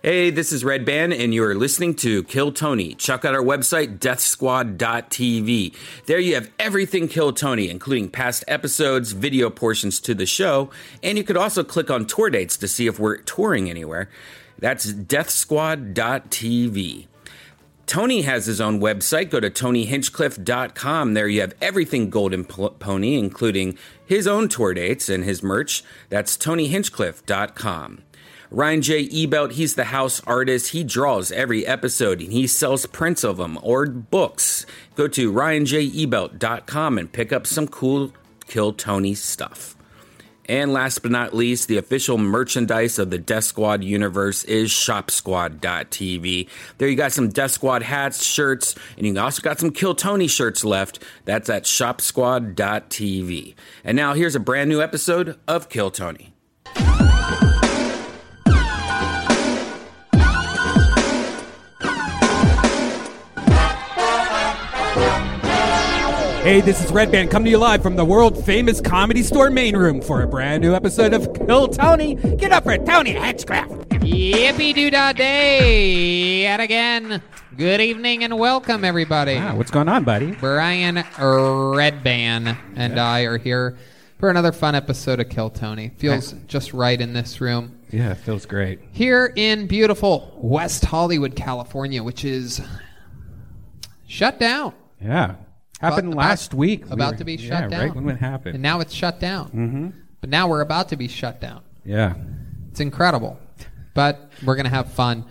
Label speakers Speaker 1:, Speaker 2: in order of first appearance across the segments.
Speaker 1: Hey, this is Red Band, and you are listening to Kill Tony. Check out our website, deathsquad.tv. There you have everything Kill Tony, including past episodes, video portions to the show, and you could also click on tour dates to see if we're touring anywhere. That's deathsquad.tv. Tony has his own website. Go to tonyhinchcliffe.com. There you have everything Golden P- Pony, including his own tour dates and his merch. That's tonyhinchcliffe.com. Ryan J. Ebelt, he's the house artist. He draws every episode and he sells prints of them or books. Go to ryanjebelt.com and pick up some cool Kill Tony stuff. And last but not least, the official merchandise of the Death Squad universe is shopsquad.tv. There you got some Death Squad hats, shirts, and you also got some Kill Tony shirts left. That's at shopsquad.tv. And now here's a brand new episode of Kill Tony.
Speaker 2: Hey, this is Red Band coming to you live from the world famous comedy store main room for a brand new episode of Kill Tony. Get up for Tony Hatchcraft.
Speaker 3: Yippee doo dah day! Yet again, good evening and welcome, everybody.
Speaker 2: Ah, what's going on, buddy?
Speaker 3: Brian Redban and I are here for another fun episode of Kill Tony. Feels just right in this room.
Speaker 2: Yeah, it feels great.
Speaker 3: Here in beautiful West Hollywood, California, which is shut down.
Speaker 2: Yeah. Happened
Speaker 3: About-
Speaker 2: last week.
Speaker 3: about to be
Speaker 2: yeah,
Speaker 3: shut
Speaker 2: Right
Speaker 3: down.
Speaker 2: when it happened.
Speaker 3: And now it's shut down. Mm-hmm. But now we're about to be shut down.
Speaker 2: yeah.
Speaker 3: It's incredible, but we're gonna have fun.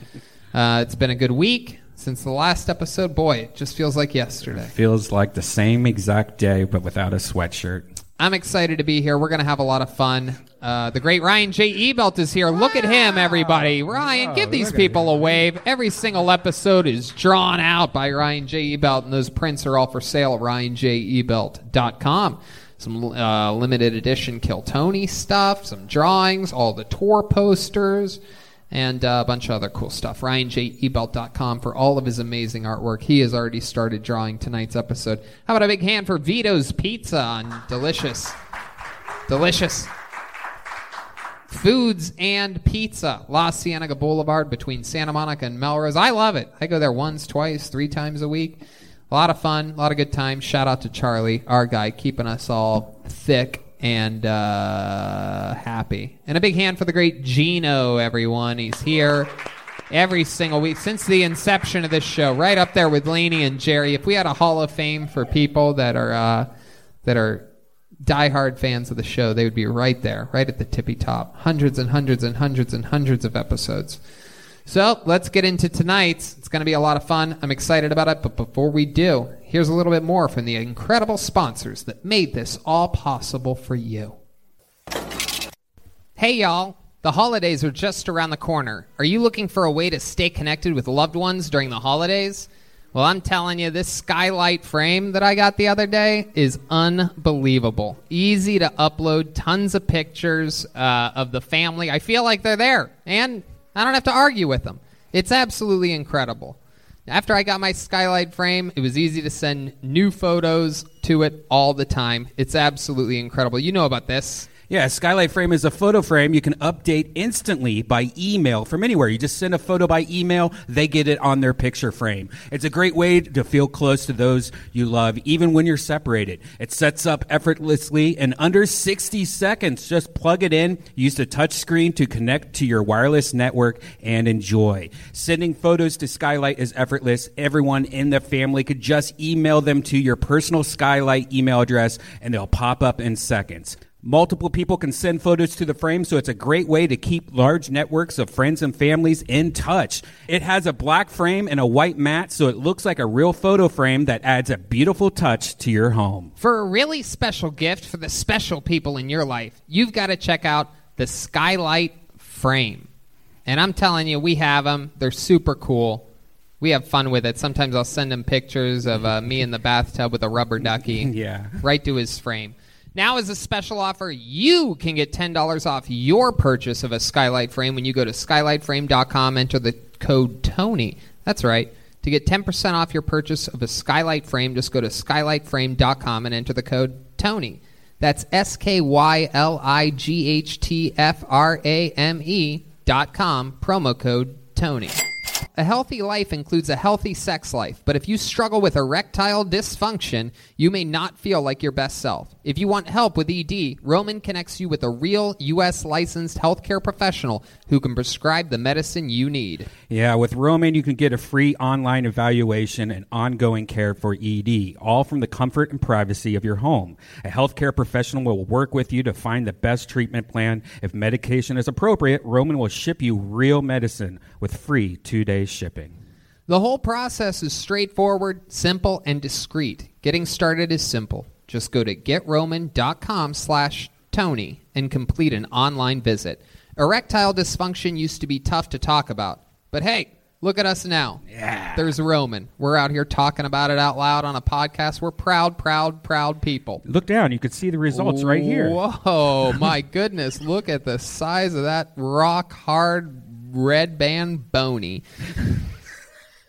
Speaker 3: Uh, it's been a good week since the last episode. Boy, it just feels like yesterday.
Speaker 2: Feels like the same exact day, but without a sweatshirt.
Speaker 3: I'm excited to be here. We're gonna have a lot of fun. Uh, the great Ryan J. Ebelt is here. Look at him, everybody. Ryan, give these people a wave. Every single episode is drawn out by Ryan J. Ebelt, and those prints are all for sale at ryanjebelt.com. Some uh, limited edition Kill Tony stuff, some drawings, all the tour posters, and uh, a bunch of other cool stuff. RyanJEbelt.com for all of his amazing artwork. He has already started drawing tonight's episode. How about a big hand for Vito's Pizza on delicious delicious foods and pizza la cienega boulevard between santa monica and melrose i love it i go there once twice three times a week a lot of fun a lot of good times shout out to charlie our guy keeping us all thick and uh, happy and a big hand for the great gino everyone he's here every single week since the inception of this show right up there with laney and jerry if we had a hall of fame for people that are uh, that are diehard fans of the show, they would be right there, right at the tippy top. Hundreds and hundreds and hundreds and hundreds of episodes. So let's get into tonight's. It's going to be a lot of fun. I'm excited about it. But before we do, here's a little bit more from the incredible sponsors that made this all possible for you. Hey, y'all. The holidays are just around the corner. Are you looking for a way to stay connected with loved ones during the holidays? Well, I'm telling you, this skylight frame that I got the other day is unbelievable. Easy to upload, tons of pictures uh, of the family. I feel like they're there, and I don't have to argue with them. It's absolutely incredible. After I got my skylight frame, it was easy to send new photos to it all the time. It's absolutely incredible. You know about this.
Speaker 2: Yeah, Skylight Frame is a photo frame you can update instantly by email from anywhere. You just send a photo by email, they get it on their picture frame. It's a great way to feel close to those you love, even when you're separated. It sets up effortlessly in under 60 seconds. Just plug it in, use the touch screen to connect to your wireless network, and enjoy. Sending photos to Skylight is effortless. Everyone in the family could just email them to your personal Skylight email address, and they'll pop up in seconds. Multiple people can send photos to the frame, so it's a great way to keep large networks of friends and families in touch. It has a black frame and a white mat, so it looks like a real photo frame that adds a beautiful touch to your home.
Speaker 3: For a really special gift for the special people in your life, you've got to check out the Skylight Frame. And I'm telling you, we have them. They're super cool. We have fun with it. Sometimes I'll send him pictures of uh, me in the bathtub with a rubber ducky.
Speaker 2: Yeah.
Speaker 3: Right to his frame. Now, as a special offer, you can get $10 off your purchase of a Skylight Frame when you go to skylightframe.com, enter the code TONY. That's right. To get 10% off your purchase of a Skylight Frame, just go to skylightframe.com and enter the code TONY. That's S K Y L I G H T F R A M E dot com, promo code Tony. A healthy life includes a healthy sex life, but if you struggle with erectile dysfunction, you may not feel like your best self. If you want help with ED, Roman connects you with a real U.S. licensed healthcare professional who can prescribe the medicine you need.
Speaker 2: Yeah, with Roman, you can get a free online evaluation and ongoing care for ED, all from the comfort and privacy of your home. A healthcare professional will work with you to find the best treatment plan. If medication is appropriate, Roman will ship you real medicine with free two day shipping.
Speaker 3: The whole process is straightforward, simple, and discreet. Getting started is simple. Just go to getroman.com slash Tony and complete an online visit. Erectile dysfunction used to be tough to talk about, but hey, look at us now. Yeah. There's Roman. We're out here talking about it out loud on a podcast. We're proud, proud, proud people.
Speaker 2: Look down, you can see the results right here.
Speaker 3: Whoa, my goodness. Look at the size of that rock hard red band bony.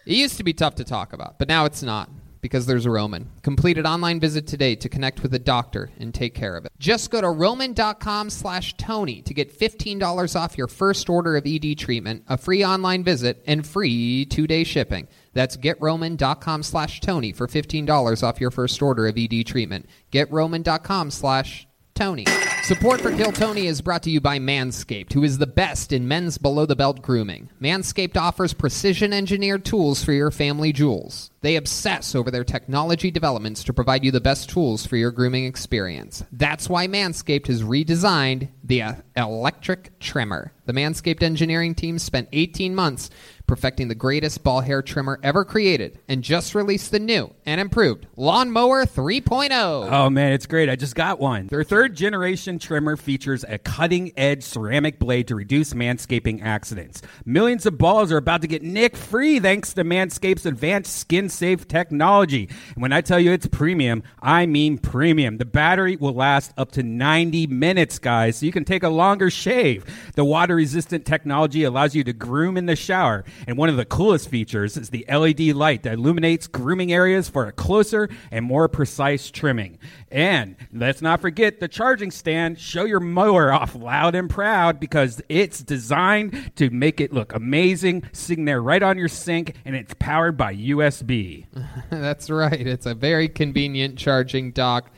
Speaker 3: it used to be tough to talk about, but now it's not because there's a Roman. Complete an online visit today to connect with a doctor and take care of it. Just go to roman.com slash Tony to get $15 off your first order of ED treatment, a free online visit, and free two-day shipping. That's getroman.com slash Tony for $15 off your first order of ED treatment. Getroman.com slash Tony. Support for Kill Tony is brought to you by Manscaped, who is the best in men's below the belt grooming. Manscaped offers precision engineered tools for your family jewels. They obsess over their technology developments to provide you the best tools for your grooming experience. That's why Manscaped has redesigned the uh, electric trimmer. The Manscaped engineering team spent 18 months perfecting the greatest ball hair trimmer ever created and just released the new and improved Lawnmower 3.0.
Speaker 2: Oh man, it's great. I just got one. Their third generation trimmer features a cutting edge ceramic blade to reduce manscaping accidents. Millions of balls are about to get nick free thanks to Manscaped's advanced skin safe technology. And when I tell you it's premium, I mean premium. The battery will last up to 90 minutes, guys, so you can take a longer shave. The water resistant technology allows you to groom in the shower. And one of the coolest features is the LED light that illuminates grooming areas for a closer and more precise trimming. And let's not forget the charging stand. Show your mower off loud and proud because it's designed to make it look amazing, sitting there right on your sink, and it's powered by USB.
Speaker 3: That's right. It's a very convenient charging dock.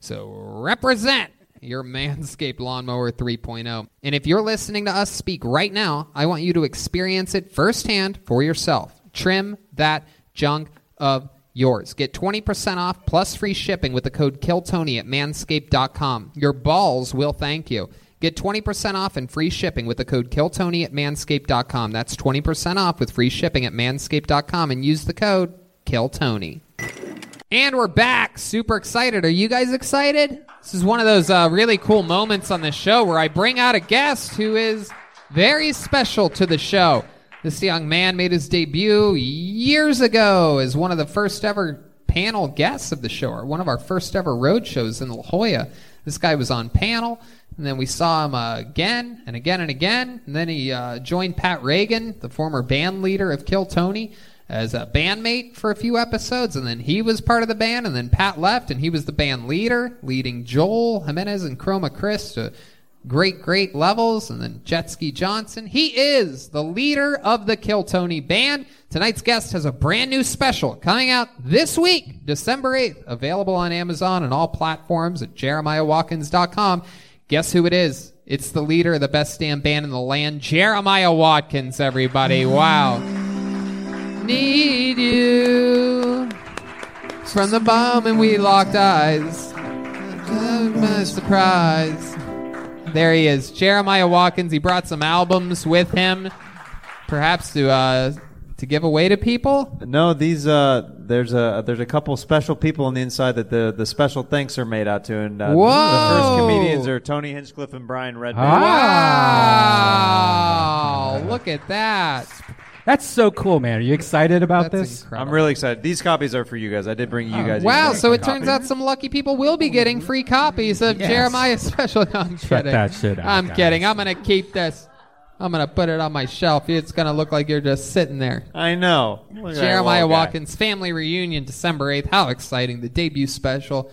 Speaker 3: So represent your Manscaped Lawnmower 3.0. And if you're listening to us speak right now, I want you to experience it firsthand for yourself. Trim that junk of yours. Get 20% off plus free shipping with the code KILLTONY at manscaped.com. Your balls will thank you. Get 20% off and free shipping with the code KILLTONY at manscaped.com. That's 20% off with free shipping at manscaped.com and use the code KILLTONY. And we're back. Super excited. Are you guys excited? This is one of those uh, really cool moments on the show where I bring out a guest who is very special to the show. This young man made his debut years ago as one of the first ever panel guests of the show, or one of our first ever road shows in La Jolla. This guy was on panel, and then we saw him uh, again and again and again. And then he uh, joined Pat Reagan, the former band leader of Kill Tony, as a bandmate for a few episodes, and then he was part of the band, and then Pat left, and he was the band leader, leading Joel Jimenez and Chroma Chris to great, great levels, and then Jet Ski Johnson. He is the leader of the Kill Tony band. Tonight's guest has a brand new special coming out this week, December 8th, available on Amazon and all platforms at jeremiahwatkins.com. Guess who it is? It's the leader of the best damn band in the land, Jeremiah Watkins, everybody. Wow need you from the moment we locked eyes. My surprise. There he is, Jeremiah Watkins. He brought some albums with him, perhaps to uh, to give away to people.
Speaker 4: No, these uh, there's a there's a couple special people on the inside that the the special thanks are made out to, and uh, the
Speaker 3: Whoa!
Speaker 4: first comedians are Tony Hinchcliffe and Brian Redman.
Speaker 3: Ah! Wow! Look at that.
Speaker 2: That's so cool, man. Are you excited about
Speaker 3: That's
Speaker 2: this?
Speaker 4: I'm
Speaker 3: incredible. Uh,
Speaker 4: really excited. These copies are for you guys. I did bring you guys.
Speaker 3: Wow,
Speaker 4: these
Speaker 3: so it
Speaker 4: copies.
Speaker 3: turns out some lucky people will be getting free copies of Jeremiah's special. No, I'm kidding.
Speaker 2: that shit out,
Speaker 3: I'm
Speaker 2: guys.
Speaker 3: kidding. I'm going to keep this. I'm going to put it on my shelf. It's going to look like you're just sitting there.
Speaker 4: I know. Look at that
Speaker 3: Jeremiah
Speaker 4: little guy.
Speaker 3: Watkins family reunion December 8th. How exciting. The debut special.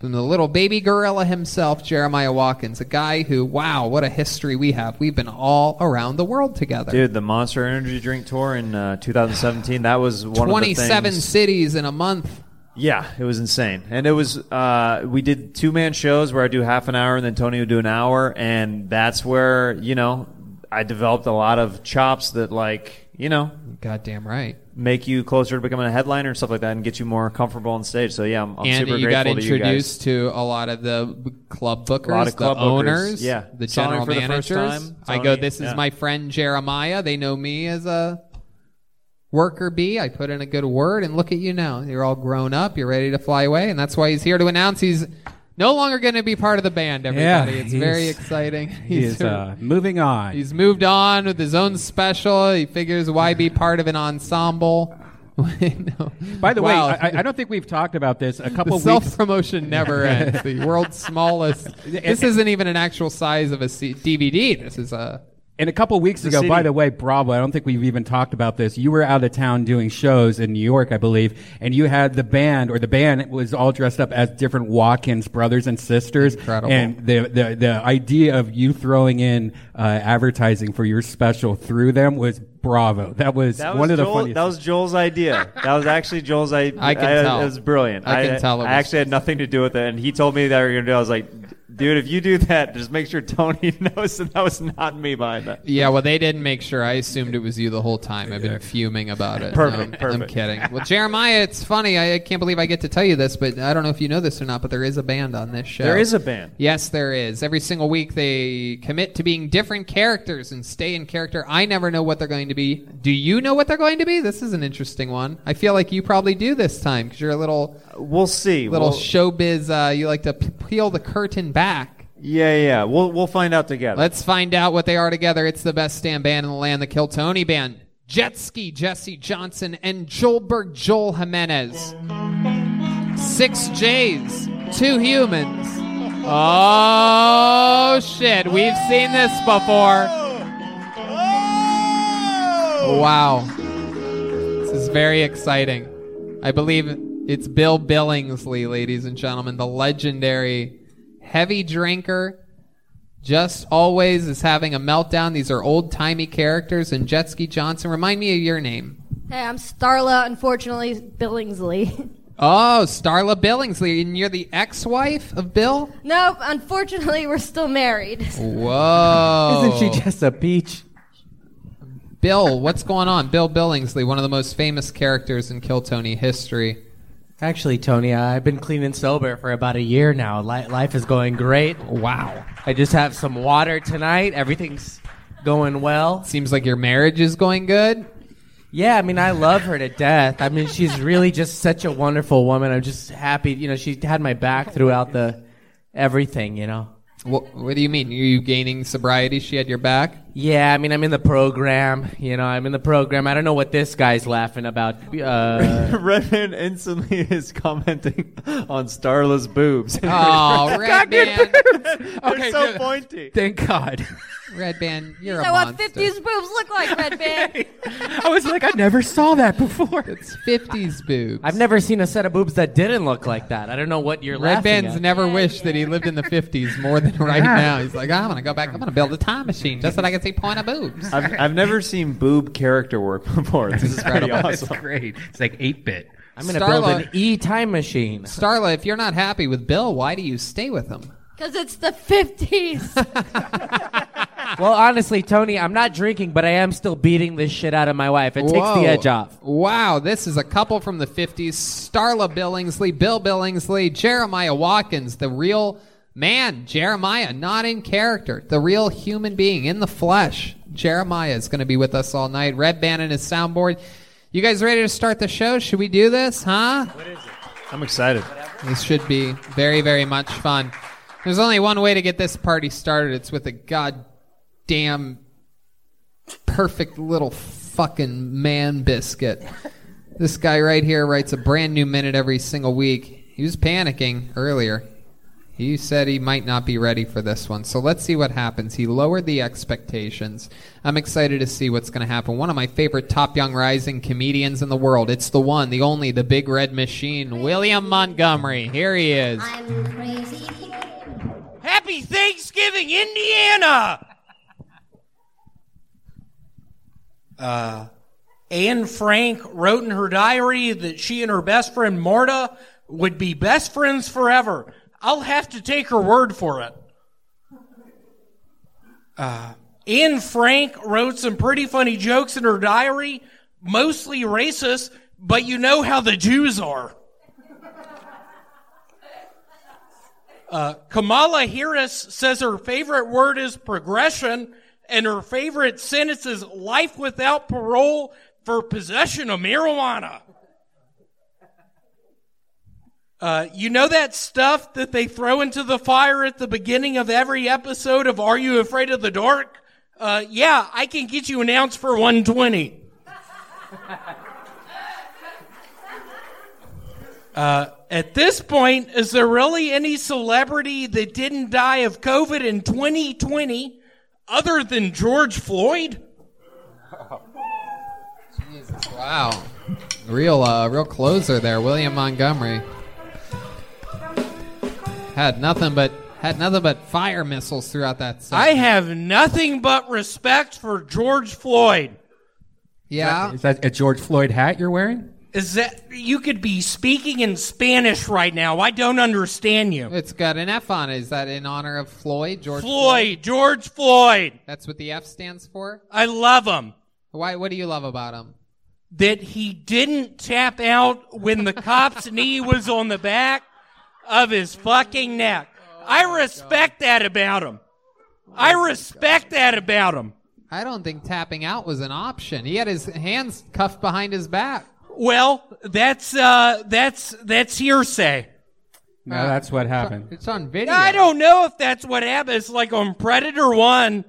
Speaker 3: from the little baby gorilla himself, Jeremiah Watkins, a guy who, wow, what a history we have. We've been all around the world together.
Speaker 4: Dude, the Monster Energy Drink tour in uh, 2017, that was one of the
Speaker 3: 27
Speaker 4: things.
Speaker 3: cities in a month.
Speaker 4: Yeah, it was insane. And it was, uh, we did two man shows where I do half an hour and then Tony would do an hour. And that's where, you know, I developed a lot of chops that, like, you know,
Speaker 3: Goddamn right.
Speaker 4: make you closer to becoming a headliner and stuff like that and get you more comfortable on stage. So, yeah, I'm, I'm
Speaker 3: and
Speaker 4: super
Speaker 3: you got
Speaker 4: grateful to you guys.
Speaker 3: introduced to a lot of the b- club bookers,
Speaker 4: A lot of club
Speaker 3: the
Speaker 4: bookers,
Speaker 3: owners,
Speaker 4: yeah.
Speaker 3: the
Speaker 4: Saw him
Speaker 3: general
Speaker 4: for the
Speaker 3: managers.
Speaker 4: first time,
Speaker 3: I go,
Speaker 4: Tony,
Speaker 3: this is
Speaker 4: yeah.
Speaker 3: my friend Jeremiah. They know me as a worker bee. I put in a good word, and look at you now. You're all grown up. You're ready to fly away, and that's why he's here to announce he's no longer going to be part of the band. Everybody,
Speaker 2: Yeah,
Speaker 3: it's
Speaker 2: he's-
Speaker 3: very exciting.
Speaker 2: He is uh, moving on.
Speaker 3: He's moved on with his own special. He figures why be part of an ensemble. No.
Speaker 2: By the
Speaker 3: Wow.
Speaker 2: way, I- I, I don't think we've talked about this. A
Speaker 3: The
Speaker 2: couple
Speaker 3: self
Speaker 2: weeks.
Speaker 3: promotion never ends. The world's smallest. This isn't even an actual size of a C- DVD. This is a.
Speaker 2: And a couple weeks ago,
Speaker 4: CD.
Speaker 2: by the way, Bravo, I don't think we've even talked about this. You were out of town doing shows in New York, I believe, and you had the band, or the band was all dressed up as different Watkins brothers and sisters.
Speaker 3: Incredible.
Speaker 2: And the, the, the idea of you throwing in uh, advertising for your special through them was Bravo. That was
Speaker 4: That was,
Speaker 2: one of the
Speaker 4: Joel-
Speaker 2: funniest.
Speaker 4: that was Joel's idea. That was actually Joel's idea.
Speaker 3: I can tell.
Speaker 4: It was brilliant.
Speaker 3: I can tell it
Speaker 4: I
Speaker 3: was-
Speaker 4: actually had nothing to do with it, and he told me that we were gonna do. it. I was like, dude, if you do that, just make sure Tony knows that that was not me behind that.
Speaker 3: Yeah, well, they didn't make sure. I assumed it was you the whole time. I've been fuming about it.
Speaker 4: Perfect,
Speaker 3: No, I'm- I'm
Speaker 4: perfect.
Speaker 3: kidding. Well, Jeremiah, it's funny. I, I can't believe I get to tell you this, but I don't know if you know this or not, but there is a band on this show.
Speaker 4: There is a band.
Speaker 3: Yes, there is. Every single week they commit to being different characters and stay in character. I never know what they're going to be. Do you know what they're going to be? This is an interesting one. I feel like you probably do this time because you're a little
Speaker 4: Uh, We'll see.
Speaker 3: little
Speaker 4: We'll-
Speaker 3: showbiz. Uh, you like to p- peel the curtain back.
Speaker 4: yeah, yeah. We'll we'll find out together.
Speaker 3: Let's find out what they are together. It's the best stand band in the land, the Kill Tony Band. Jetski, Jesse Johnson, and Joelberg Joel Jimenez. Six J's, two humans. Oh shit, we've seen this before. Wow. This is very exciting. I believe it's Bill Billingsley, ladies and gentlemen, the legendary heavy drinker. Just always is having a meltdown. These are old timey characters. And Jetski Johnson, remind me of your name.
Speaker 5: Hey, I'm Starla, unfortunately, Billingsley.
Speaker 3: Oh, Starla Billingsley, and you're the ex wife of Bill?
Speaker 5: no, unfortunately, we're still married.
Speaker 3: Whoa.
Speaker 6: Isn't she just a peach?
Speaker 3: Bill, what's going on? Bill Billingsley, one of the most famous characters in Kill Tony history.
Speaker 6: Actually, Tony, I've been clean and sober for about a year now. Li- life is going great.
Speaker 3: Wow.
Speaker 6: I just have some water tonight. Everything's going well.
Speaker 3: Seems like your marriage is going good.
Speaker 6: Yeah, I mean, I love her to death. I mean, she's really just such a wonderful woman. I'm just happy, you know, she had my back throughout the everything, you know.
Speaker 3: What, what do you mean? Are you gaining sobriety? She had your back?
Speaker 6: Yeah, I mean, I'm in the program, you know, I'm in the program. I don't know what this guy's laughing about. Uh,
Speaker 4: Redman instantly is commenting on Starla's boobs.
Speaker 3: Oh, Red Band.
Speaker 4: They're so pointy.
Speaker 2: Thank God.
Speaker 3: Red Band, you're
Speaker 5: so
Speaker 3: a
Speaker 5: what
Speaker 3: monster.
Speaker 5: 50s boobs look like, Red Band?
Speaker 2: I was like, I never saw that before.
Speaker 3: It's 50s boobs.
Speaker 6: I've never seen a set of boobs that didn't look like that. I don't know what you're
Speaker 3: Red
Speaker 6: laughing
Speaker 3: Band's
Speaker 6: at.
Speaker 3: never wished that he lived in the 50s more than right now. He's like, I'm going to go back. I'm going to build a time machine just so that I can see point of boobs.
Speaker 4: I've, I've never seen boob character work before. This is pretty
Speaker 2: That's
Speaker 4: awesome.
Speaker 2: great. It's like 8 bit.
Speaker 6: I'm going to build
Speaker 3: Starla-
Speaker 6: an E time machine.
Speaker 3: Starla, if you're not happy with Bill, why do you stay with him?
Speaker 5: Because it's the 50s.
Speaker 6: Well, honestly, Tony, I'm not drinking, but I am still beating this shit out of my wife. It takes
Speaker 3: Whoa.
Speaker 6: the edge off.
Speaker 3: Wow, this is a couple from the 50s. Starla Billingsley, Bill Billingsley, Jeremiah Watkins, the real man, Jeremiah, not in character, the real human being in the flesh. Jeremiah is going to be with us all night. Red Band and his soundboard. You guys ready to start the show? Should we do this, huh?
Speaker 4: I'm excited.
Speaker 3: This should be very, very much fun. There's only one way to get this party started. It's with a goddamn perfect little fucking man biscuit. This guy right here writes a brand new minute every single week. He was panicking earlier. He said he might not be ready for this one, so let's see what happens. He lowered the expectations. I'm excited to see what's going to happen. One of my favorite top young rising comedians in the world. It's the one, the only, the big red machine, William Montgomery. Here he is.
Speaker 7: I'm crazy.
Speaker 8: Happy Thanksgiving, Indiana! Uh, Anne Frank wrote in her diary that she and her best friend Marta would be best friends forever. I'll have to take her word for it. Uh, Anne Frank wrote some pretty funny jokes in her diary, mostly racist, but you know how the Jews are. Uh, Kamala Harris says her favorite word is progression, and her favorite sentence is life without parole for possession of marijuana. Uh, you know that stuff that they throw into the fire at the beginning of every episode of Are You Afraid of the Dark? Uh, yeah, I can get you an ounce for 120. Uh, at this point, is there really any celebrity that didn't die of COVID in 2020 other than George Floyd?
Speaker 3: Wow. Real uh, real closer there, William Montgomery. Had nothing but had nothing but fire missiles throughout that set.
Speaker 8: I have nothing but respect for George Floyd.
Speaker 3: yeah.
Speaker 2: Is that a George Floyd hat you're wearing?
Speaker 8: Is that you could be speaking in Spanish right now? I don't understand you.
Speaker 3: It's got an F on it. Is that in honor of Floyd? George
Speaker 8: Floyd, George Floyd.
Speaker 3: That's what the F stands for?
Speaker 8: I love him.
Speaker 3: Why what do you love about him?
Speaker 8: that he didn't tap out when the cop's knee was on the back of his fucking neck.
Speaker 3: Oh
Speaker 8: I respect that about him. I respect that about him.
Speaker 3: I don't think tapping out was an option. He had his hands cuffed behind his back.
Speaker 8: Well, that's uh that's that's hearsay.
Speaker 2: No, that's what happened.
Speaker 3: It's on video.
Speaker 8: I don't know if that's what happened. It's like on Predator 1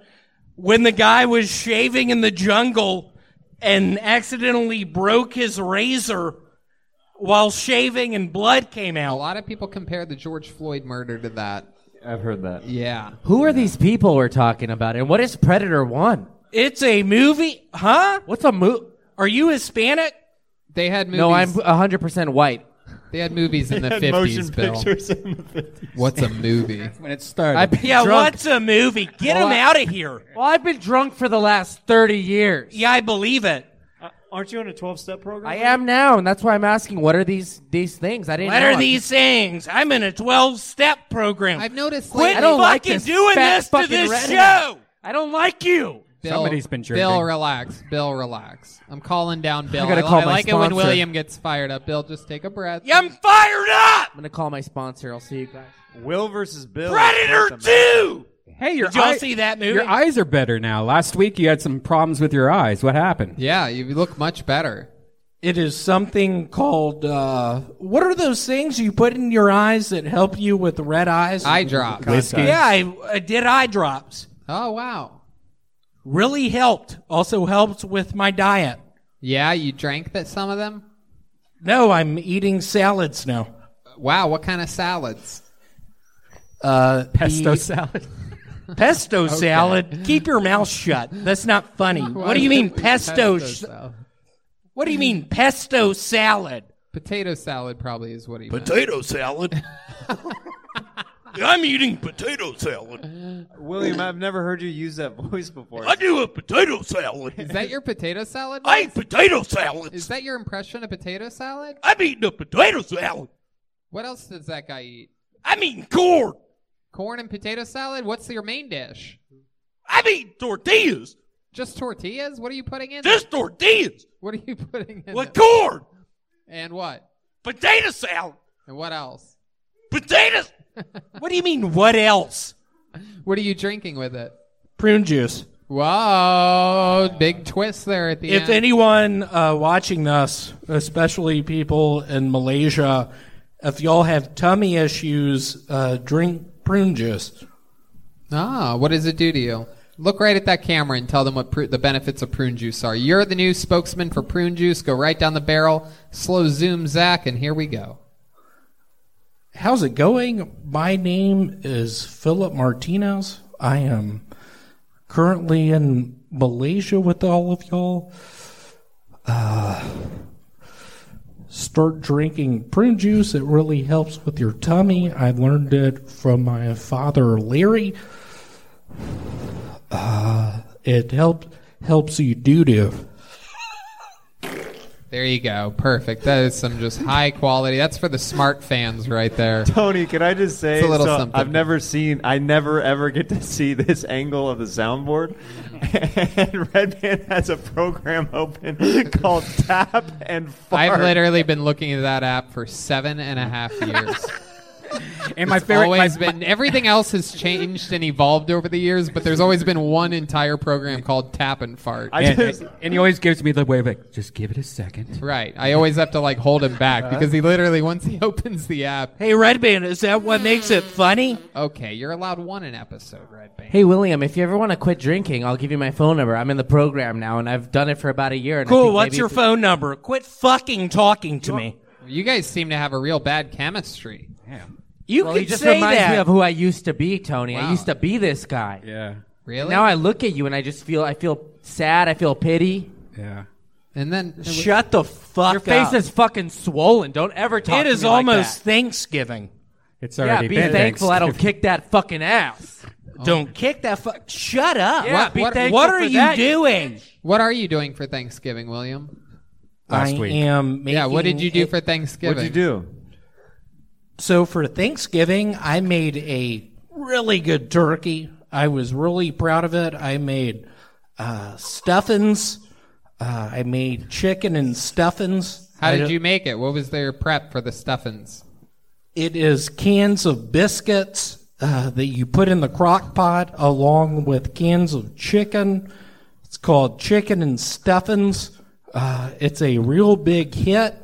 Speaker 8: when the guy was shaving in the jungle and accidentally broke his razor while shaving and blood came
Speaker 3: A
Speaker 8: out.
Speaker 3: lot of people compare the George Floyd murder to that.
Speaker 4: I've heard that.
Speaker 3: Yeah.
Speaker 6: Who are these people we're talking about? And what is Predator One?
Speaker 8: It's a movie, huh?
Speaker 6: What's a movie?
Speaker 8: Are you Hispanic?
Speaker 3: They had movies.
Speaker 6: No, I'm 100 percent white.
Speaker 3: They had movies in the 50s, Bill.
Speaker 4: in the 50s.
Speaker 3: What's a movie?
Speaker 2: When it started.
Speaker 6: I've been
Speaker 8: Yeah,
Speaker 6: drunk.
Speaker 8: what's a movie? Get him out of here.
Speaker 6: Well, I've been drunk for the last 30 years.
Speaker 8: Yeah, I believe it.
Speaker 4: aren't you on a 12 step program?
Speaker 6: I am now, and that's why I'm asking. What are these these things? I didn't.
Speaker 8: What
Speaker 6: know.
Speaker 8: are
Speaker 6: I-
Speaker 8: these things? I'm in a 12 step program.
Speaker 3: I've noticed
Speaker 8: Quit
Speaker 3: lately,
Speaker 6: I don't like
Speaker 8: fucking
Speaker 6: this
Speaker 8: doing
Speaker 6: fat
Speaker 8: this to
Speaker 6: fucking
Speaker 8: this
Speaker 6: redhead.
Speaker 8: show.
Speaker 6: I don't like you.
Speaker 3: Bill,
Speaker 2: Somebody's been
Speaker 3: Bill,
Speaker 2: drinking.
Speaker 3: relax. Bill, relax. I'm calling down Bill.
Speaker 6: gotta
Speaker 3: I-
Speaker 6: call
Speaker 3: I
Speaker 6: my
Speaker 3: like it when
Speaker 6: sponsor.
Speaker 3: William gets fired up. Bill, just take a breath.
Speaker 8: Yeah, I'm fired up.
Speaker 6: I'm gonna call my sponsor. I'll see you guys.
Speaker 4: Will versus Bill.
Speaker 8: Predator 2.
Speaker 2: hey, your
Speaker 8: Did y'all
Speaker 2: eye-
Speaker 8: see that movie?
Speaker 2: Your eyes are better now. Last week you had some problems with your eyes. What happened?
Speaker 3: Yeah, you look much better.
Speaker 8: It is something called, uh, what are those things you put in your eyes that help you with red eyes?
Speaker 3: Eye drop.
Speaker 8: Yeah, I, I did eye drops.
Speaker 3: Oh, wow.
Speaker 8: Really helped. Also helped with my diet.
Speaker 3: Yeah, you drank that some of them?
Speaker 8: No, I'm eating salads now.
Speaker 3: Wow, what kind of salads?
Speaker 8: Uh,
Speaker 2: Pesto
Speaker 8: the-
Speaker 2: salad.
Speaker 8: pesto salad. Keep your mouth shut. That's not funny. what do you mean pesto? sh-
Speaker 3: salad.
Speaker 8: what do you mean pesto salad?
Speaker 3: Potato salad probably is what he meant.
Speaker 8: Potato salad. I'm eating potato salad.
Speaker 4: William, I've never heard you use that voice before.
Speaker 8: do a potato salad.
Speaker 3: Is that your potato salad?
Speaker 8: eat potato
Speaker 3: Is
Speaker 8: salads.
Speaker 3: that your impression of potato salad?
Speaker 8: I'm eating a potato salad.
Speaker 3: What else does that guy eat?
Speaker 8: I'm eating corn.
Speaker 3: Corn and potato salad? What's your main dish?
Speaker 8: I'm eating tortillas.
Speaker 3: Just tortillas? What are you putting in?
Speaker 8: Just tortillas.
Speaker 3: there? what are you putting in?
Speaker 8: With
Speaker 3: there?
Speaker 8: corn.
Speaker 3: And what?
Speaker 8: Potato salad.
Speaker 3: And what else?
Speaker 8: Potatoes. what do you mean, what else?
Speaker 3: What are you drinking with it?
Speaker 8: Prune juice.
Speaker 3: Whoa! Big twist there at the
Speaker 8: If
Speaker 3: end.
Speaker 8: anyone uh, watching this, especially people in Malaysia, if y'all have tummy issues, uh, drink prune juice.
Speaker 3: ah, what does it do to you? Look right at that camera and tell them what pr- the benefits of prune juice are. You're the new spokesman for prune juice. Go right down the barrel. Slow zoom, Zach, and here we go.
Speaker 8: How's it going? My name is Philip Martinez. I am currently in Malaysia with all of y'all. Uh, start drinking prune juice. It really helps with your tummy. I learned it from my father, Larry. Uh, it helped helps you doo doo.
Speaker 3: There you go. Perfect. That is some just high quality. That's for the smart fans right there.
Speaker 4: Tony, can I just say
Speaker 3: It's a little
Speaker 4: so
Speaker 3: something.
Speaker 4: I've never seen I never ever get to see this angle of the soundboard. and Red Band has a program open called Tap and Fart.
Speaker 3: I've literally been looking at that app for seven and a half years.
Speaker 2: And my favorite, my,
Speaker 3: always been everything else has changed and evolved over the years, but there's always been one entire program called Tap and Fart.
Speaker 4: I
Speaker 2: and,
Speaker 4: just,
Speaker 2: and, and he always gives me the way of like, just give it a second.
Speaker 3: right. I always have to like hold him back because he literally once he opens the app,
Speaker 9: Hey, Red Band, is that what makes it funny?
Speaker 3: okay, you're allowed one an episode, Red Band.
Speaker 6: Hey William, if you ever want to quit drinking, I'll give you my phone number. I'm in the program now, and I've done it for about a year. And I
Speaker 9: Cool.
Speaker 6: think
Speaker 9: What's
Speaker 6: maybe
Speaker 9: your
Speaker 6: if-
Speaker 9: phone number? Quit fucking talking to me.
Speaker 3: You guys seem to have a real bad chemistry.
Speaker 9: You
Speaker 6: Well,
Speaker 9: could
Speaker 6: he just
Speaker 9: say
Speaker 6: reminds
Speaker 9: that.
Speaker 6: me of who I used to be, Tony.
Speaker 3: Wow.
Speaker 6: I used to be this guy.
Speaker 2: Yeah,
Speaker 3: Really?
Speaker 6: Now I look at you and I just feel I feel sad. I feel pity.
Speaker 2: yeah.
Speaker 3: and then
Speaker 9: Shut the fuck
Speaker 6: Your face
Speaker 9: up.
Speaker 6: is fucking swollen. Don't ever talk.
Speaker 9: it
Speaker 6: to
Speaker 9: is
Speaker 6: me like
Speaker 9: almost
Speaker 6: that.
Speaker 9: Thanksgiving.
Speaker 2: It's
Speaker 6: yeah,
Speaker 2: already
Speaker 6: be
Speaker 2: been
Speaker 6: thankful I don't kick that fucking ass.
Speaker 9: Oh. Don't kick that fuck. Shut up.
Speaker 6: Yeah,
Speaker 9: what,
Speaker 6: be
Speaker 9: what-
Speaker 6: thankful
Speaker 9: what are
Speaker 6: for
Speaker 9: you
Speaker 6: that, you
Speaker 9: doing?
Speaker 3: what are you doing for Thanksgiving, William?
Speaker 2: Last
Speaker 8: I
Speaker 2: week.
Speaker 8: am making
Speaker 3: Yeah, what did you do
Speaker 8: a-
Speaker 3: for Thanksgiving?
Speaker 4: what'd you do?
Speaker 8: So for Thanksgiving, I made a really good turkey. I was really proud of it. I made uh, stuffins. Uh, I made chicken and stuffins.
Speaker 3: How
Speaker 8: I
Speaker 3: did
Speaker 8: d-
Speaker 3: you make it? What was their prep for the stuffins?
Speaker 8: It is cans of biscuits uh, that you put in the crock pot along with cans of chicken. It's called chicken and stuffins. Uh, it's a real big hit.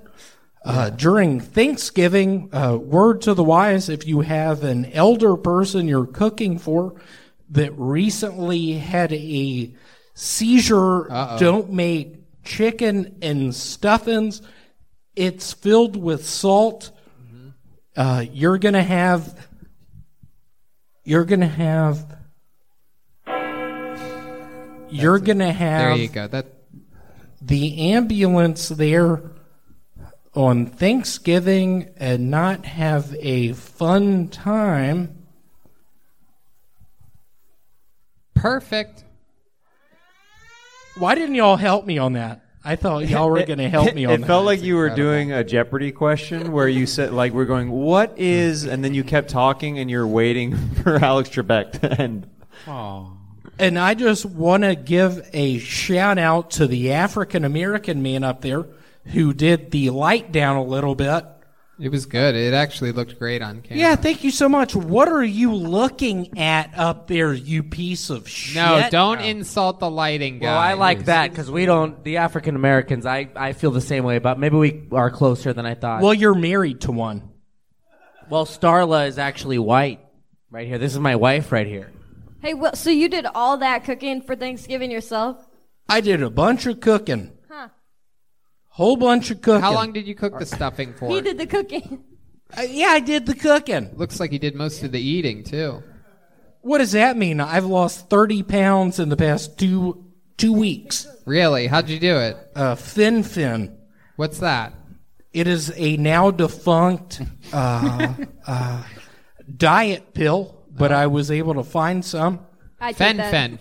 Speaker 8: Uh, during Thanksgiving, uh, word to the wise, if you have an elder person you're cooking for that recently had a seizure, don't make chicken and stuffins. It's filled with salt uh, you're gonna have you're gonna have you're gonna
Speaker 3: There
Speaker 8: have
Speaker 3: you go. That
Speaker 8: the ambulance there on Thanksgiving and not have a fun time.
Speaker 3: perfect.
Speaker 8: Why didn't y'all help me on that? I thought y'all were gonna help me on
Speaker 4: It
Speaker 8: that.
Speaker 4: felt like you were doing a Jeopardy question where you said like we're going, what is and then you kept talking and you're waiting for Alex Trebek to end.
Speaker 6: Oh,
Speaker 8: And I just want to give a shout out to the African American man up there who did the light down a little bit.
Speaker 3: It was good. It actually looked great on camera.
Speaker 8: Yeah, thank you so much. What are you looking at up there, you piece of shit?
Speaker 3: No, don't insult the lighting guy.
Speaker 6: Well, I like that because we don't. The African Americans, I I feel the same way about. Maybe we are closer than I thought.
Speaker 8: Well, you're married to one.
Speaker 6: well, Starla is actually white, right here. This is my wife right here.
Speaker 5: Hey, well, so you did all that cooking for Thanksgiving yourself?
Speaker 8: I did a bunch of cooking. Whole bunch of cooking.
Speaker 3: How long did you cook the stuffing for?
Speaker 5: He did the cooking.
Speaker 8: Uh, yeah, I did the cooking.
Speaker 3: Looks like he did most of the eating too.
Speaker 8: What does that mean? I've lost thirty pounds in the past two two weeks.
Speaker 3: Really? How'd you do it?
Speaker 8: Uh, fin fin.
Speaker 3: What's that?
Speaker 8: It is a now defunct uh, uh, diet pill, but I was able to find some.
Speaker 5: I did
Speaker 3: Uh-huh. Fen
Speaker 5: that.
Speaker 3: Fen.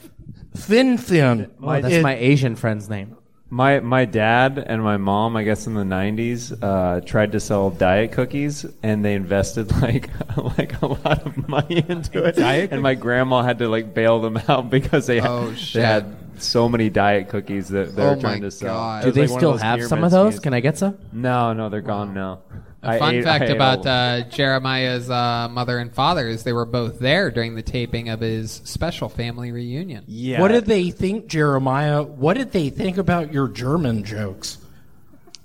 Speaker 8: Fin fin.
Speaker 6: Oh, that's my Asian friend's name.
Speaker 4: My my dad and my mom, I guess in the '90s, uh, tried to sell diet cookies, and they invested like like a lot of money into it. and my grandma had to like bail them out because they
Speaker 3: Oh,
Speaker 4: had,
Speaker 3: shit.
Speaker 4: they had so many diet cookies that they
Speaker 3: Oh,
Speaker 4: were trying
Speaker 3: my
Speaker 4: to sell.
Speaker 3: God.
Speaker 4: It
Speaker 3: Do
Speaker 6: Do
Speaker 4: was, like,
Speaker 6: they
Speaker 4: one
Speaker 6: still
Speaker 4: those
Speaker 6: have
Speaker 4: pyramid
Speaker 6: some of those?
Speaker 4: schemes.
Speaker 6: Can I get some?
Speaker 4: No, no, they're gone now. I
Speaker 3: A fun
Speaker 4: ate- I
Speaker 3: fact
Speaker 4: ate
Speaker 3: about
Speaker 4: all-
Speaker 3: uh, Jeremiah's uh, mother and father is they were both there during the taping of his special family reunion.
Speaker 4: yeah.
Speaker 8: What did they think, Jeremiah? What did they think about your German jokes?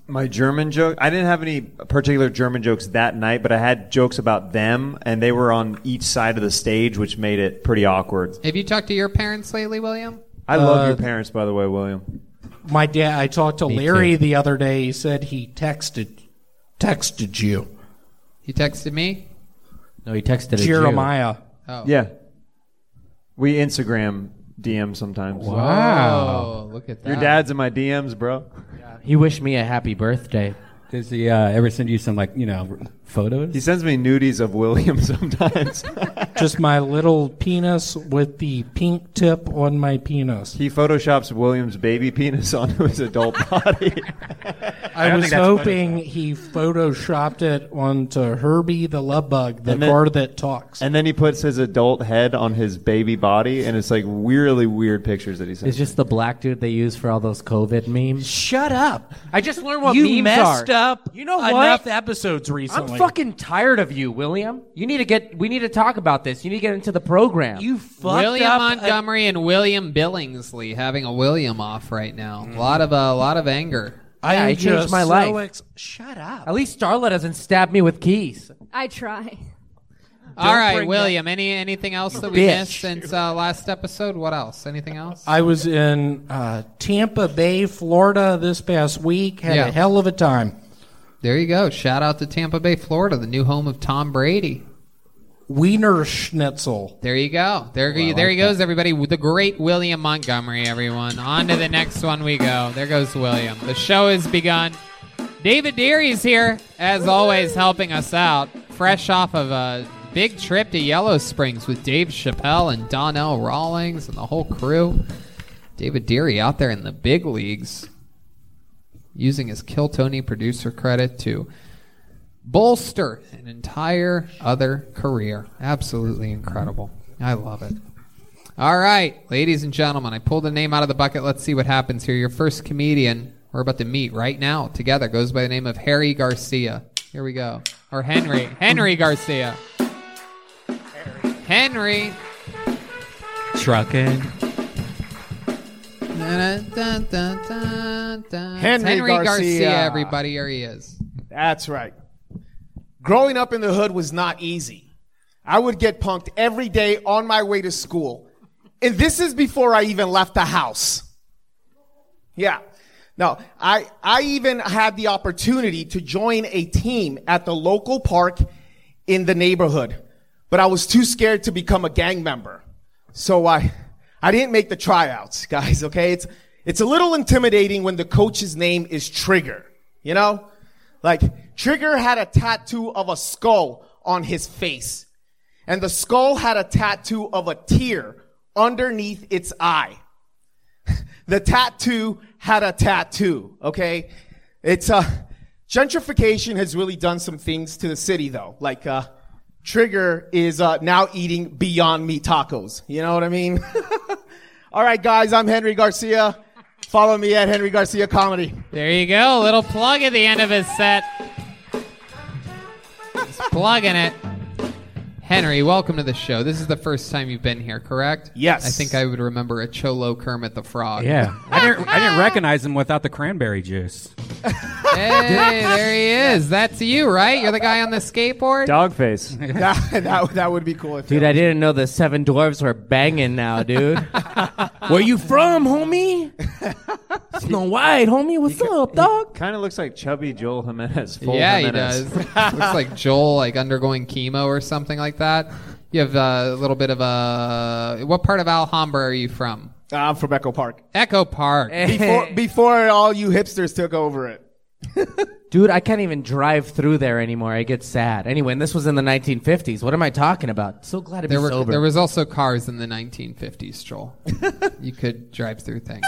Speaker 4: My German joke. I didn't have any particular German jokes that night, but I had jokes about them, and they were on each side of the stage, which made it pretty awkward.
Speaker 3: Have you talked to your parents lately, William?
Speaker 4: I love
Speaker 8: Uh,
Speaker 4: your parents, by the way, William.
Speaker 8: My dad, I talked to Larry the other day. He said he texted texted you.
Speaker 3: He texted me.
Speaker 6: No, he texted a Jew.
Speaker 8: Jeremiah.
Speaker 3: Oh.
Speaker 4: Yeah. We Instagram DM sometimes.
Speaker 3: Wow. look at that.
Speaker 4: Your dad's in my DMs, bro.
Speaker 6: He wished me a happy birthday.
Speaker 2: Does he uh, ever send you some like you know r- photos?
Speaker 4: He sends me nudies of William sometimes.
Speaker 8: Just my little penis with the pink tip on my penis.
Speaker 4: he photoshops William's baby penis onto his adult body.
Speaker 8: I, was hoping he photoshopped it onto Herbie the Love Bug, the
Speaker 4: And then-
Speaker 8: car that talks.
Speaker 4: and then he puts his adult head on his baby body, and it's like really weird pictures that he sends.
Speaker 6: It's just the black dude they use for all those COVID memes.
Speaker 8: Shut up.
Speaker 6: I just learned what
Speaker 9: You
Speaker 6: memes
Speaker 9: messed
Speaker 6: are.
Speaker 9: up.
Speaker 6: You know what?
Speaker 9: Enough episodes
Speaker 6: I'm
Speaker 9: recently.
Speaker 6: fucking tired of you, William. You need to get. We need to talk about this. You need to get into the program.
Speaker 9: You fucked
Speaker 3: William
Speaker 9: up.
Speaker 3: Montgomery and William Billingsley having a William off right now. A lot of a lot of anger.
Speaker 8: I
Speaker 6: Yeah,
Speaker 8: am
Speaker 6: it changed
Speaker 8: just
Speaker 6: my
Speaker 8: so
Speaker 6: life.
Speaker 8: ex- Shut up.
Speaker 6: At least Starla doesn't stab me with keys.
Speaker 5: I try.
Speaker 3: All right,
Speaker 9: bring
Speaker 3: William. Any anything else that we
Speaker 6: bitch.
Speaker 3: missed since uh, last episode? What else? Anything else?
Speaker 8: I was in uh, Tampa Bay, Florida this past week. Had
Speaker 3: Yeah.
Speaker 8: a hell of a time.
Speaker 3: there you go. Shout out to Tampa Bay, Florida, the new home of Tom Brady.
Speaker 8: Wiener Schnitzel.
Speaker 3: There you go. There, you there he goes, everybody. The great William Montgomery, everyone. On to the next one we go. There goes William. The show has begun. David Deary's here, as always, helping us out. Fresh off of a big trip to Yellow Springs with Dave Chappelle and Donnell Rawlings and the whole crew. David Deary out there in the big leagues using his Kill Tony producer credit to bolster an entire other career. Absolutely incredible. Mm-hmm. I love it. All right, ladies and gentlemen, I pulled a name out of the bucket. Let's see what happens here. Your first comedian we're about to meet right now together goes by the name of Harry Garcia. Here we go. Or Henry. Henry Garcia. Henry.
Speaker 2: Trucking.
Speaker 3: Henry,
Speaker 10: Uh, Henry Garcia.
Speaker 3: everybody. Here he is.
Speaker 10: That's right. Growing up in the hood was not easy. I would get punked every day on my way to school. And this is before I even left the house. Yeah. No, I, I even had the opportunity to join a team at the local park in the neighborhood, but I was too scared to become a gang member. So I, I didn't make the tryouts, guys. Okay. It's, it's a little intimidating when the coach's name is Trigger, you know? Like Trigger had a tattoo of a skull on his face and the skull had a tattoo of a tear underneath its eye the tattoo had a tattoo. Okay, it's uh, gentrification has really done some things to the city though. Like uh, Trigger is uh, now eating Beyond Meat tacos. You know what I mean? All right, guys, I'm Henry Garcia. Follow me at Henry Garcia Comedy.
Speaker 3: There you go. Little plug at the end of his set. He's plugging it. Henry, welcome to the show. This is the first time you've been here, correct?
Speaker 10: Yes.
Speaker 3: I think I would remember a Cholo Kermit the Frog.
Speaker 2: Yeah, I didn't, I didn't recognize him without the cranberry juice.
Speaker 3: Hey, there he is. That's you, right? You're the guy on the skateboard?
Speaker 4: Dog face.
Speaker 10: that, that, that would be cool if
Speaker 6: Dude, I didn't know the seven dwarves were banging now, dude. Where you from, homie? Snow White, homie. What's up, dog?
Speaker 4: kind of looks like chubby Joel Jimenez. Full
Speaker 3: yeah,
Speaker 4: Jimenez.
Speaker 3: he does. Looks like Joel, like undergoing chemo or something like that. You have uh, a little bit of a. What part of Alhambra are you from?
Speaker 10: I'm from Echo Park.
Speaker 3: Echo Park.
Speaker 10: Before, before all you hipsters took over it.
Speaker 6: Dude, I can't even drive through there anymore. I get sad. Anyway, and this was in the 1950s. What am I talking about? So glad to be
Speaker 3: There were
Speaker 6: sober.
Speaker 3: there was also cars in the 1950s, Joel. you could drive through things.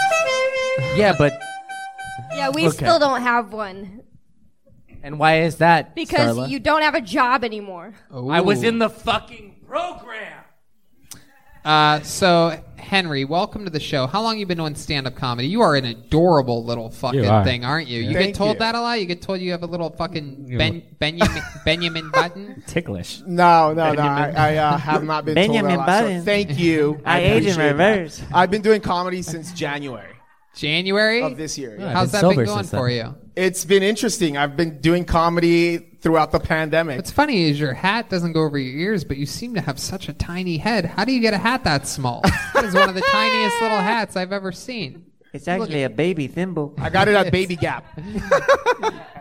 Speaker 6: yeah, but
Speaker 5: Yeah, we
Speaker 6: Okay.
Speaker 5: still don't have one
Speaker 6: and why is that?
Speaker 5: because
Speaker 6: Starla?
Speaker 5: you don't have a job anymore.
Speaker 6: I was
Speaker 3: Ooh.
Speaker 6: in the fucking program.
Speaker 3: Uh, so Henry, welcome to the show. How long you been doing stand up comedy? You are an adorable little fucking
Speaker 2: You are.
Speaker 3: thing, aren't you? You get
Speaker 10: Thank
Speaker 3: told
Speaker 10: you.
Speaker 3: that a lot. You get told you have a little fucking ben, Benjamin Benjamin Button.
Speaker 6: Ticklish.
Speaker 10: No, no, no. I, I uh, have not been
Speaker 6: Benjamin
Speaker 10: told that a lot, so
Speaker 6: Button.
Speaker 10: thank you.
Speaker 6: I age in
Speaker 10: appreciate that.
Speaker 6: reverse.
Speaker 10: I've been doing comedy since January
Speaker 3: January
Speaker 10: of this year. yeah.
Speaker 3: How's
Speaker 6: Been
Speaker 3: that been
Speaker 6: sober
Speaker 3: going
Speaker 6: since then.
Speaker 3: for you?
Speaker 10: It's been interesting. I've been doing comedy throughout the pandemic.
Speaker 3: What's funny is your hat doesn't go over your ears, but you seem to have such a tiny head. How do you get a hat that small? that is one of the tiniest little hats I've ever seen.
Speaker 6: It's actually a baby thimble.
Speaker 10: I got it at Baby Gap.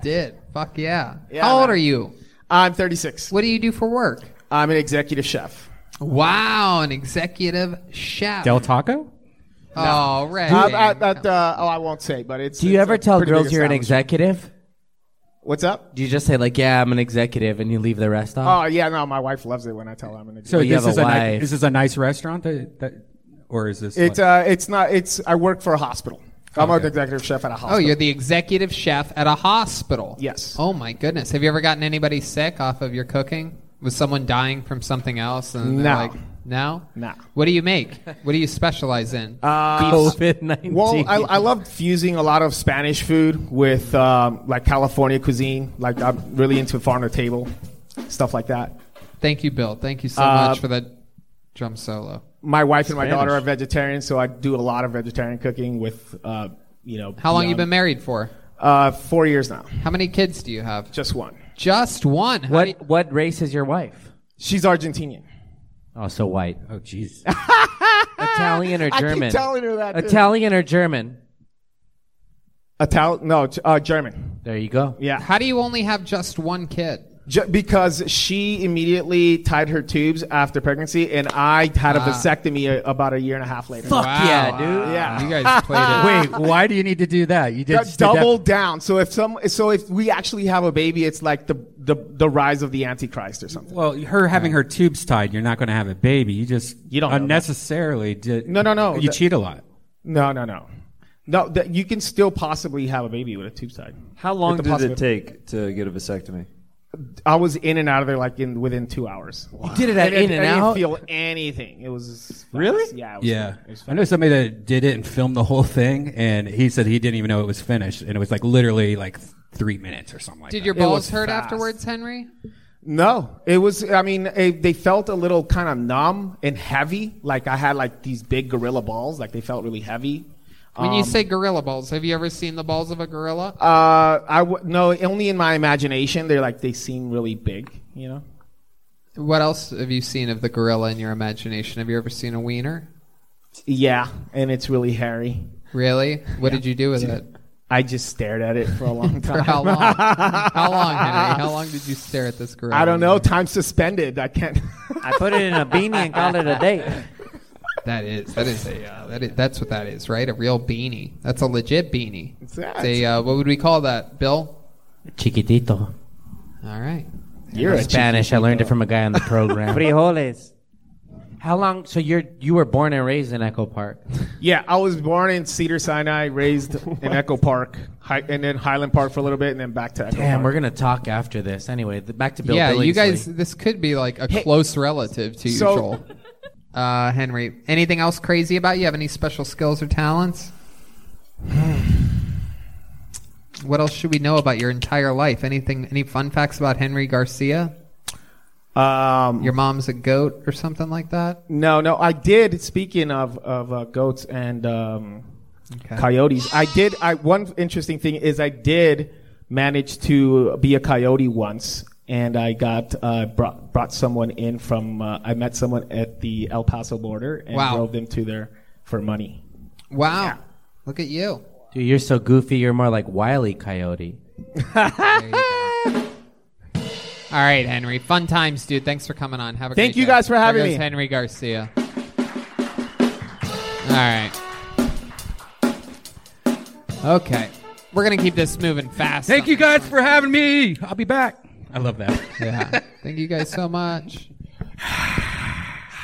Speaker 3: Did fuck yeah?
Speaker 10: Yeah,
Speaker 3: How old
Speaker 10: man.
Speaker 3: are you?
Speaker 10: I'm 36.
Speaker 3: What do you do for work?
Speaker 10: I'm an executive chef.
Speaker 3: Wow, an executive chef.
Speaker 2: Del Taco?
Speaker 10: Uh,
Speaker 3: Oh, right.
Speaker 10: I, I, that, uh, oh, I won't say, but it's.
Speaker 6: Do you
Speaker 10: it's
Speaker 6: ever
Speaker 10: a
Speaker 6: tell
Speaker 10: pretty
Speaker 6: girls
Speaker 10: big
Speaker 6: you're an
Speaker 10: establishment.
Speaker 6: executive?
Speaker 10: What's up?
Speaker 6: Do you just say like, "Yeah, I'm an executive," and you leave the rest off?
Speaker 10: Oh yeah, no, my wife loves it when I tell her I'm an executive.
Speaker 2: So
Speaker 6: Well, you
Speaker 2: this
Speaker 6: have
Speaker 2: is
Speaker 6: a
Speaker 2: a ni-
Speaker 6: wife.
Speaker 2: this is a nice restaurant that, that or is this
Speaker 10: It's
Speaker 2: like-
Speaker 10: uh, it's not. It's I work for a hospital. I'm an executive chef at a hospital.
Speaker 3: Oh, you're the executive chef at a hospital.
Speaker 10: Yes.
Speaker 3: Oh my goodness. Have you ever gotten anybody sick off of your cooking? Was someone dying from something else? And they're
Speaker 10: No.
Speaker 3: Like, no.
Speaker 10: No. Uh,
Speaker 3: What do you make? What do you specialize in?
Speaker 6: COVID nineteen.
Speaker 10: Well, I, I love fusing a lot of Spanish food with um, like California cuisine. Like I'm really into farm to table stuff like that.
Speaker 3: Thank you, Bill. Thank you so
Speaker 10: Uh,
Speaker 3: much for that drum
Speaker 6: Oh.
Speaker 3: solo.
Speaker 10: My wife and my
Speaker 4: Spanish.
Speaker 10: daughter are vegetarian, so I do a lot of vegetarian cooking with uh, you know.
Speaker 3: How long you been
Speaker 10: beyond-
Speaker 3: married for?
Speaker 10: Uh, four years now.
Speaker 3: How many kids do you have?
Speaker 10: Just one.
Speaker 3: Just one. How many-
Speaker 6: what what race is your wife?
Speaker 10: She's Argentinian.
Speaker 6: Oh, so white.
Speaker 2: oh jeez.
Speaker 6: Italian or
Speaker 10: I keep
Speaker 6: German?
Speaker 10: telling her that, too.
Speaker 6: Italian or German?
Speaker 10: Ital- no, uh, German.
Speaker 6: There you go.
Speaker 10: Yeah.
Speaker 3: How do you only have just one kid?
Speaker 10: Ju- because she immediately tied her tubes after pregnancy, and I had a vasectomy a- about a year and a half later.
Speaker 6: Fuck
Speaker 3: Wow.
Speaker 6: yeah, dude.
Speaker 10: Yeah.
Speaker 3: You guys played it.
Speaker 2: Wait, why do you need to do that? You did
Speaker 10: Got double down. So if some, so if we actually have a baby, it's like the the, the rise of the Antichrist or something.
Speaker 2: Well, her having her tubes tied, you're not going to have a baby. You just
Speaker 10: You don't know that.
Speaker 2: unnecessarily did.
Speaker 10: No, no, no.
Speaker 2: You
Speaker 10: That-
Speaker 2: cheat a lot.
Speaker 10: No, no, no, no. That you can still possibly have a baby with a tube tied.
Speaker 4: How long
Speaker 10: With
Speaker 4: did
Speaker 10: the
Speaker 4: it
Speaker 10: possibility.
Speaker 4: take to get a vasectomy?
Speaker 10: I was in and out of there like in within two hours.
Speaker 6: You did it at
Speaker 10: I
Speaker 6: in
Speaker 10: didn't-
Speaker 6: and
Speaker 10: I
Speaker 6: out.
Speaker 10: didn't feel anything. It was fast.
Speaker 4: Really?
Speaker 10: Yeah. It was
Speaker 2: Yeah,
Speaker 10: fast. It was
Speaker 2: I know somebody that did it and filmed the whole thing, and he said he didn't even know it was finished, and it was like literally like th- three minutes or something like
Speaker 3: Did
Speaker 2: that.
Speaker 3: your balls
Speaker 10: was
Speaker 3: hurt
Speaker 10: fast.
Speaker 3: afterwards, Henry?
Speaker 10: No, it was. I mean, it, they felt a little kind of numb and heavy. Like I had like these big gorilla balls. Like they felt really heavy. Um,
Speaker 3: When you say gorilla balls, have you ever seen the balls of a gorilla?
Speaker 10: Uh, I w- no, only in my imagination. They're like they seem really big. You know.
Speaker 3: What else have you seen of the gorilla in your imagination? Have you ever seen a wiener?
Speaker 10: Yeah, and it's really hairy.
Speaker 3: Really? What did you do with it?
Speaker 10: I just stared at it for a long
Speaker 3: For
Speaker 10: time.
Speaker 3: how long? how long, Henry? How long did you stare at this gorilla?
Speaker 10: I don't know. Time suspended. I can't.
Speaker 4: I put it in a beanie and called it a day.
Speaker 3: That is that is a uh, that is, that's what that is, right? A real beanie. That's a legit beanie. It's
Speaker 10: that.
Speaker 3: a uh, what would we call that, Bill?
Speaker 6: Chiquitito.
Speaker 3: All right.
Speaker 10: You're a
Speaker 6: Spanish. I learned it from a guy on the program.
Speaker 4: Frijoles.
Speaker 6: How long? So you're you were born and raised in Echo Park.
Speaker 10: yeah. I was born in Cedar Sinai, raised in Echo Park, Hi- and then Highland Park for a little bit, and then back to Echo
Speaker 6: Damn, we're
Speaker 10: Park.
Speaker 6: gonna talk after this. Anyway, th- back to Bill.
Speaker 3: yeah, you
Speaker 6: Billingsley.
Speaker 3: guys. This could be like a close relative to you,
Speaker 10: so-
Speaker 3: Joel. Uh, Henry, anything else crazy about you? Have any special skills or talents? what else should we know about your entire life? Anything? Any fun facts about Henry Garcia?
Speaker 10: Um,
Speaker 3: Your mom's a goat or something like that.
Speaker 10: No, no, I did. Speaking of of uh, goats and um,
Speaker 3: Okay.
Speaker 10: coyotes, I did. I one interesting thing is I did manage to be a coyote once, and I got uh, brought brought someone in from. Uh, I met someone at the El Paso border and
Speaker 3: Wow.
Speaker 10: drove them to there for money.
Speaker 3: Wow, look at you.
Speaker 6: dude, you're so goofy. You're more like Wiley Coyote.
Speaker 3: There you go. All right, Henry. Fun times, dude. Thanks for coming on. Have a
Speaker 10: Thank
Speaker 3: great
Speaker 10: you
Speaker 3: day.
Speaker 10: guys for
Speaker 3: There
Speaker 10: having
Speaker 3: goes
Speaker 10: me.
Speaker 3: Henry Garcia. All right. Okay. We're gonna keep this moving fast.
Speaker 2: Thank you guys for having me. I'll be back. I love that.
Speaker 3: Yeah. Thank you guys so much.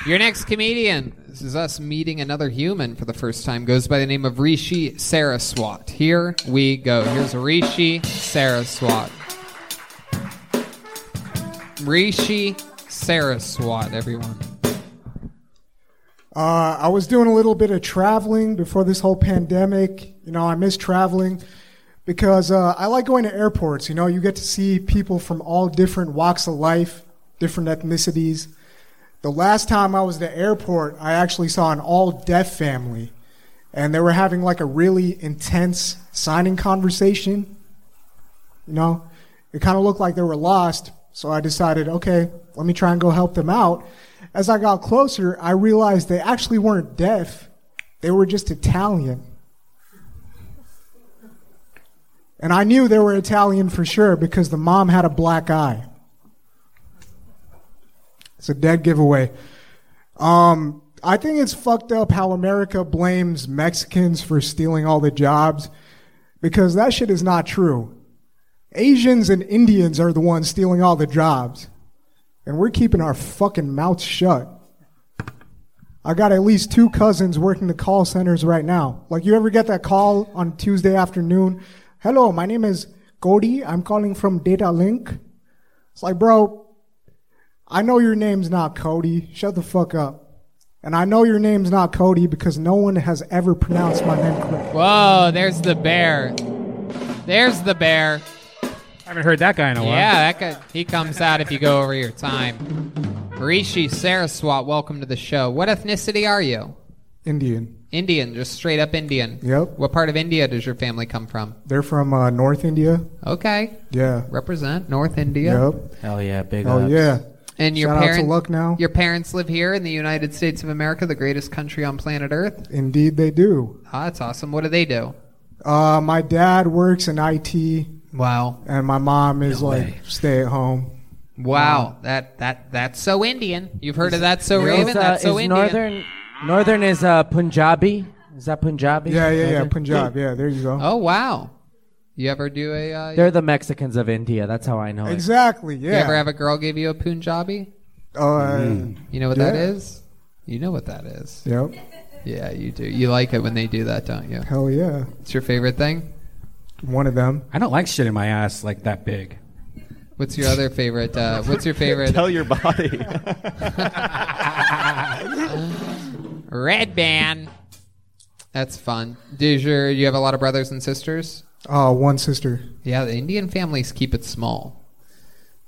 Speaker 3: Your next comedian. This is us meeting another human for the first time. Goes by the name of Rishi Saraswat. Here we go. Here's Rishi Saraswat. Rishi Saraswat, everyone.
Speaker 11: Uh, I was doing a little bit of traveling before this whole pandemic. You know, I miss traveling because uh, I like going to airports. You know, you get to see people from all different walks of life, different ethnicities. The last time I was at the airport, I actually saw an all deaf family, and they were having like a really intense signing conversation. You know, it kind of looked like they were lost. So I decided, okay, let me try and go help them out. As I got closer, I realized they actually weren't deaf. They were just Italian. And I knew they were Italian for sure because the mom had a black eye. It's a dead giveaway. Um, I think it's fucked up how America blames Mexicans for stealing all the jobs because that shit is not true. Asians and Indians are the ones stealing all the jobs. And we're keeping our fucking mouths shut. I got at least two cousins working the call centers right now. Like, you ever get that call on Tuesday afternoon? Hello, my name is Cody. I'm calling from Data Link. It's like, bro, I know your name's not Cody. Shut the fuck up. And I know your name's not Cody because no one has ever pronounced my name correctly.
Speaker 3: Whoa, there's the bear. There's the bear.
Speaker 2: I haven't heard that guy in a while.
Speaker 3: Yeah, that guy, he comes out if you go over your time. Rishi Saraswat, welcome to the show. What ethnicity are you?
Speaker 11: Indian.
Speaker 3: Indian, just straight up Indian.
Speaker 11: Yep.
Speaker 3: What part of India does your family come from?
Speaker 11: They're from uh, North India.
Speaker 3: Okay.
Speaker 11: Yeah.
Speaker 3: Represent North India.
Speaker 11: Yep.
Speaker 6: Hell yeah, big
Speaker 11: Oh
Speaker 6: ups.
Speaker 11: yeah.
Speaker 3: And your
Speaker 11: Shout
Speaker 3: parents
Speaker 11: out to Lucknow.
Speaker 3: Your parents live here in the United States of America, the greatest country on planet Earth.
Speaker 11: Indeed, they do.
Speaker 3: Ah, that's awesome. What do they do?
Speaker 11: Uh, my dad works in IT,
Speaker 3: Wow.
Speaker 11: and my mom is like stay at home.
Speaker 3: Wow. That that that's so Indian. You've heard of that so Raven?
Speaker 6: Is, uh,
Speaker 3: That's so
Speaker 6: is
Speaker 3: Indian.
Speaker 6: northern northern is uh, Punjabi. Is that Punjabi?
Speaker 11: Yeah, yeah, yeah.
Speaker 6: Northern?
Speaker 11: Punjab. Yeah, there you go.
Speaker 3: Oh wow. You ever do a uh,
Speaker 6: They're the Mexicans of India. That's how I know it.
Speaker 11: Exactly.
Speaker 3: you ever
Speaker 11: Yeah.
Speaker 3: have a girl give you a Punjabi? Mm-hmm.
Speaker 11: Uh,
Speaker 3: You know what that
Speaker 11: Yeah.
Speaker 3: is? You know what that is.
Speaker 11: Yep.
Speaker 3: Yeah, you do. You like it when they do that, don't you?
Speaker 11: Hell yeah.
Speaker 3: It's your favorite thing?
Speaker 11: One of them.
Speaker 2: I don't like shit in my ass like that big.
Speaker 3: What's your other favorite? Uh, what's your favorite?
Speaker 4: Tell your body.
Speaker 3: Red band. That's fun. Did your you have a lot of brothers and sisters?
Speaker 11: Uh, one sister.
Speaker 3: Yeah, the Indian families keep it small.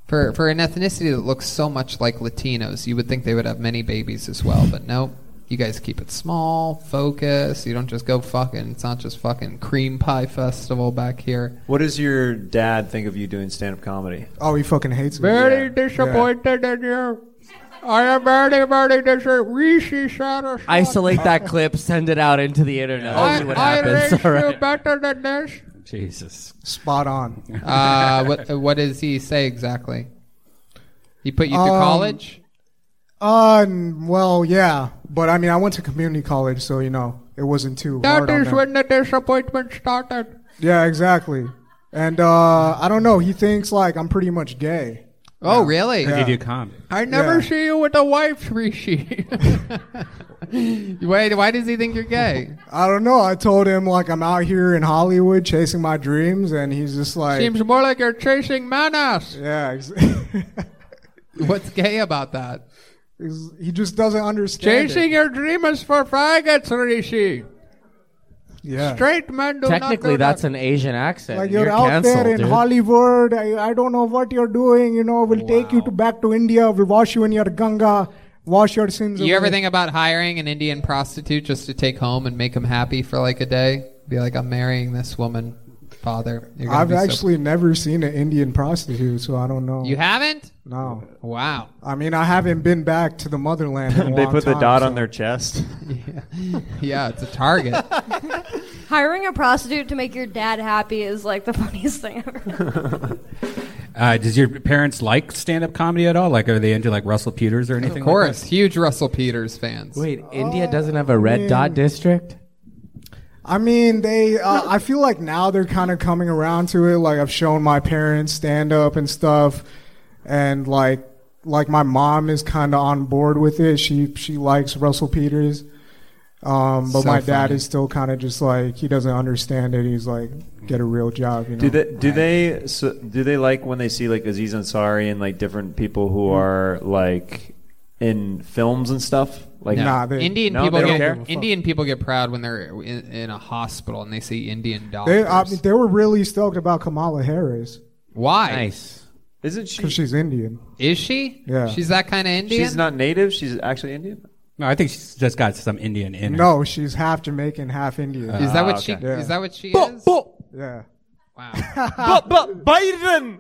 Speaker 3: For for an ethnicity that looks so much like Latinos, you would think they would have many babies as well, but no. You guys keep it small, focus. You don't just go fucking. It's not just fucking cream pie festival back here.
Speaker 4: what does your dad think of you doing stand-up comedy?
Speaker 11: Oh, he fucking hates it.
Speaker 4: Very
Speaker 11: disappointed
Speaker 3: in you. I am very, very disappointed. Rishi Saraswat.
Speaker 6: Isolate that clip, send it out into the internet. see what happens. All right.
Speaker 3: better than this.
Speaker 2: Jesus.
Speaker 11: Spot on.
Speaker 3: Uh, what, what does he say exactly? He put you through
Speaker 11: Um,
Speaker 3: college?
Speaker 11: Uh, n- well, yeah, but I mean, I went to community college, so you know, it wasn't too hard on them.
Speaker 3: the disappointment started.
Speaker 11: Yeah, exactly. And uh, I don't know. He thinks like I'm pretty much gay.
Speaker 3: Oh, really?
Speaker 11: Yeah.
Speaker 2: You do comedy.
Speaker 3: I never
Speaker 11: Yeah.
Speaker 3: see you with a wife, Rishi. Wait, why does he think you're gay?
Speaker 11: I don't know. I told him like I'm out here in Hollywood chasing my dreams, and he's just like,
Speaker 3: Seems more like you're chasing manas.
Speaker 11: yeah. Ex-
Speaker 3: What's gay about that?
Speaker 11: he's- he just doesn't understand. it.
Speaker 3: Chasing your dream is for faggots, Rishi.
Speaker 11: Yeah.
Speaker 3: Straight men do
Speaker 6: Technically,
Speaker 3: not do
Speaker 6: that's
Speaker 3: that.
Speaker 6: an Asian accent.
Speaker 11: like
Speaker 6: you're
Speaker 11: you're, out
Speaker 6: canceled,
Speaker 11: there in
Speaker 6: dude.
Speaker 11: Hollywood. I, I don't know what you're doing. You know, we'll take you to back to India. We'll wash you in your Ganga. Wash your sins.
Speaker 3: You
Speaker 11: away.
Speaker 3: ever think about hiring an Indian prostitute just to take home and make him happy for like a day? Be like, I'm marrying this woman, father. You're gonna
Speaker 11: I've
Speaker 3: be so-
Speaker 11: actually never seen an Indian prostitute, so I don't know.
Speaker 3: You haven't?
Speaker 11: no.
Speaker 3: Wow.
Speaker 11: I mean, I haven't been back to the motherland. In a
Speaker 4: they
Speaker 11: long
Speaker 4: put the
Speaker 11: time,
Speaker 4: dot
Speaker 11: so-
Speaker 4: on their chest.
Speaker 3: Yeah, it's a target.
Speaker 5: Hiring a prostitute to make your dad happy is like the funniest thing ever.
Speaker 2: Uh, does your parents like stand up comedy at all? Like, are they into like Russell Peters or anything?
Speaker 3: of course, huge Russell Peters fans.
Speaker 6: Wait, India
Speaker 3: Oh.
Speaker 6: doesn't have a red dot district?
Speaker 11: I mean, they. Uh, I feel like now they're kind of coming around to it. Like I've shown my parents stand up and stuff, and like like my mom is kind of on board with it. She she likes Russell Peters, um, but
Speaker 3: So
Speaker 11: my dad
Speaker 3: funny.
Speaker 11: is still kind of just like he doesn't understand it. He's like, get a real job. You know?
Speaker 4: Do they do they so, do they like when they see like Aziz Ansari and like different people who are like in films and stuff? Like
Speaker 11: No. Nah, they-
Speaker 3: Indian
Speaker 4: No,
Speaker 3: people
Speaker 4: they don't
Speaker 3: get
Speaker 4: care?
Speaker 3: Indian people get proud when they're in, in a hospital and they see Indian
Speaker 11: They,
Speaker 3: doctors.
Speaker 11: I mean, they were really stoked about Kamala Harris
Speaker 3: Why
Speaker 6: Nice.
Speaker 4: isn't
Speaker 11: because
Speaker 4: she?
Speaker 11: she's Indian.
Speaker 3: is she?
Speaker 11: Yeah.
Speaker 3: she's that kind of Indian.
Speaker 4: She's not native. She's actually Indian.
Speaker 2: No, I think she's just got some Indian in her.
Speaker 11: No, she's half Jamaican, half Indian.
Speaker 3: Is that what
Speaker 4: Ah,
Speaker 3: she?
Speaker 4: okay.
Speaker 11: Yeah.
Speaker 3: Is that what she is?
Speaker 11: yeah.
Speaker 3: Wow.
Speaker 4: But but Biden.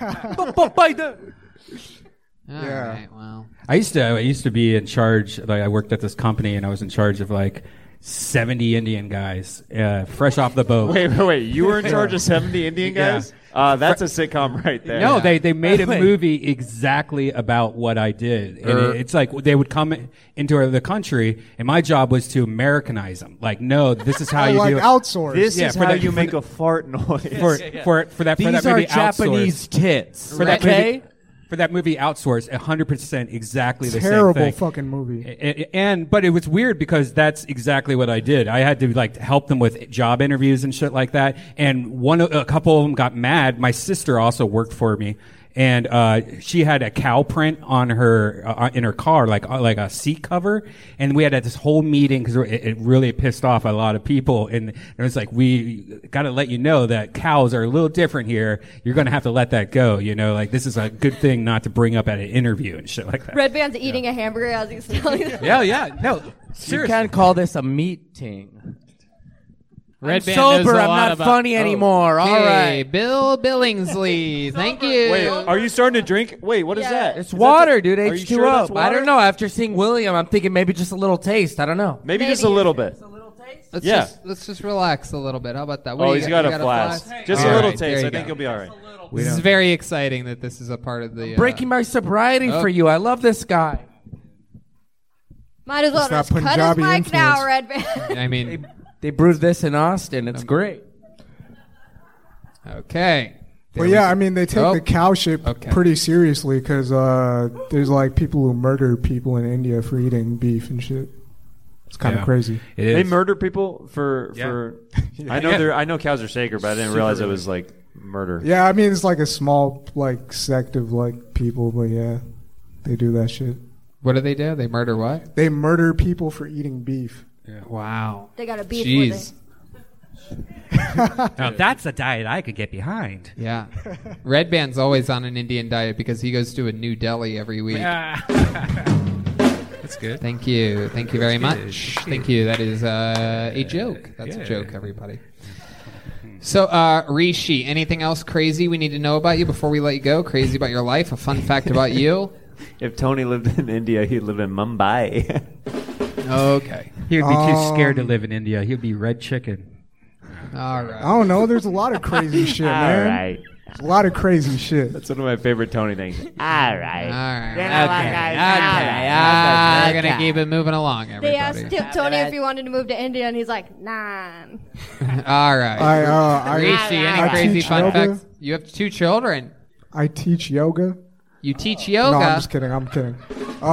Speaker 4: but Biden.
Speaker 11: Yeah.
Speaker 3: All right, well,
Speaker 2: I used to I used to be in charge. Like I worked at this company, and I was in charge of like 70 Indian guys uh, fresh off the boat.
Speaker 4: Wait, wait, wait. You were in charge of 70 Indian
Speaker 2: Yeah.
Speaker 4: guys? Uh, that's a sitcom right there.
Speaker 2: No, they, they made a movie exactly about what I did. And
Speaker 4: Er-
Speaker 2: it- it's like they would come into the country, and my job was to Americanize them. Like, no, this is how
Speaker 4: Oh,
Speaker 2: you
Speaker 4: like
Speaker 2: do it.
Speaker 4: outsource. This is how you
Speaker 2: for
Speaker 4: make a fart noise.
Speaker 2: For,
Speaker 4: Yeah, yeah, yeah.
Speaker 2: for, for that, for
Speaker 4: These
Speaker 2: that movie,
Speaker 4: are Japanese
Speaker 2: Outsourced.
Speaker 4: tits,
Speaker 2: For that
Speaker 4: okay?
Speaker 2: movie, for that movie Outsource, 100% exactly the
Speaker 11: Terrible
Speaker 2: same thing.
Speaker 11: fucking movie.
Speaker 2: And, and but it was weird because that's exactly what I did. I had to like help them with job interviews and shit like that. And one, of- a couple of them got mad. My sister also worked for me, and uh, she had a cow print on her uh, in her car, like uh, like a seat cover. And we had this whole meeting because it, it really pissed off a lot of people. And it was like we got to let you know that cows are a little different here. You're going to have to let that go. You know, like this is a good thing not to bring up at an interview and shit like that.
Speaker 5: Red Band's eating a hamburger as he's telling us.
Speaker 2: Yeah, yeah. No,
Speaker 6: you
Speaker 2: seriously.
Speaker 6: can't call this a meeting.
Speaker 3: Red
Speaker 6: I'm
Speaker 3: Band knows
Speaker 6: sober.
Speaker 3: a
Speaker 6: I'm
Speaker 3: lot
Speaker 6: not
Speaker 3: about-
Speaker 6: funny
Speaker 3: Oh.
Speaker 6: anymore. All
Speaker 3: Hey,
Speaker 6: right.
Speaker 3: Bill Billingsley. Thank you.
Speaker 6: Wait,
Speaker 4: are you starting to drink? Wait, what is that?
Speaker 6: It's water, dude.
Speaker 4: Are you
Speaker 6: H2O.
Speaker 4: sure that's
Speaker 6: I
Speaker 4: water?
Speaker 6: don't know. After seeing William, I'm thinking maybe just a little taste. I don't know.
Speaker 4: Maybe, just a little bit.
Speaker 3: Let's
Speaker 4: Yeah.
Speaker 3: just let's just relax a little bit. How about that?
Speaker 4: Oh,
Speaker 3: do you
Speaker 4: he's
Speaker 3: got,
Speaker 4: got
Speaker 3: you
Speaker 4: a flask. Just a
Speaker 3: All
Speaker 4: little
Speaker 3: there
Speaker 4: taste.
Speaker 3: you
Speaker 4: I think
Speaker 3: go.
Speaker 4: you'll be all right.
Speaker 2: We
Speaker 3: This is
Speaker 2: don't-
Speaker 3: very exciting that this is a part of the uh,
Speaker 6: Breaking my sobriety
Speaker 3: Oh.
Speaker 6: for you. I love this guy.
Speaker 5: Might as well
Speaker 6: Let's not
Speaker 5: just
Speaker 6: put
Speaker 5: cut his
Speaker 6: Punjabi
Speaker 5: mic now,
Speaker 6: influence.
Speaker 5: Red Band.
Speaker 3: I mean,
Speaker 6: they, they brewed this in Austin.
Speaker 4: um,
Speaker 6: It's great.
Speaker 3: Okay.
Speaker 11: Well, yeah, I mean, they take
Speaker 3: Oh.
Speaker 11: the cow shit
Speaker 3: Okay.
Speaker 11: pretty seriously because uh, there's like people who murder people in India for eating beef and shit. It's kind of
Speaker 4: Yeah.
Speaker 11: crazy.
Speaker 4: They murder people for for. I know
Speaker 11: Yeah.
Speaker 4: they're. I know cows are sacred, but I didn't
Speaker 11: Super
Speaker 4: realize it
Speaker 11: weird.
Speaker 4: was like murder.
Speaker 11: Yeah, I mean, it's like a small like sect of like people, but yeah, they do that shit.
Speaker 3: What do they do? They murder what?
Speaker 11: They murder people for eating beef.
Speaker 3: Wow.
Speaker 5: They got a beef
Speaker 3: Jeez.
Speaker 2: Now that's a diet I could get behind.
Speaker 3: Yeah. Red Band's always on an Indian diet because he goes to a new Delhi every week.
Speaker 2: Ah, That's good.
Speaker 3: Thank you. Thank you very
Speaker 2: That's
Speaker 3: much.
Speaker 2: good.
Speaker 3: Thank you. That is uh, a joke. That's
Speaker 2: Yeah.
Speaker 3: a joke, everybody. So, uh, Rishi, anything else crazy we need to know about you before we let you go? Crazy about your life? A fun fact about you?
Speaker 4: If Tony lived in India, he'd live in Mumbai.
Speaker 3: Okay.
Speaker 2: He would be too scared to
Speaker 11: Um,
Speaker 2: live in India. He'd be red chicken.
Speaker 3: All
Speaker 11: I
Speaker 3: right.
Speaker 11: don't know. There's a lot of crazy shit,
Speaker 4: All
Speaker 11: man.
Speaker 4: right.
Speaker 11: There's A lot of crazy shit.
Speaker 4: That's one of my favorite Tony things. All
Speaker 3: All
Speaker 4: right.
Speaker 3: right.
Speaker 4: You know
Speaker 3: Okay.
Speaker 4: what,
Speaker 3: Okay.
Speaker 4: guys?
Speaker 3: We're going
Speaker 4: Okay.
Speaker 3: to keep it moving along,
Speaker 5: They
Speaker 3: everybody.
Speaker 5: asked Tip Tony if he wanted to move to India, and he's like, nah.
Speaker 3: All right.
Speaker 11: I, uh, I-
Speaker 3: Rishi, any
Speaker 11: I
Speaker 3: crazy
Speaker 11: teach
Speaker 3: fun
Speaker 11: yoga.
Speaker 3: facts? You have two children.
Speaker 11: I teach yoga.
Speaker 3: You teach yoga.
Speaker 11: No, I'm just kidding. I'm kidding. Uh,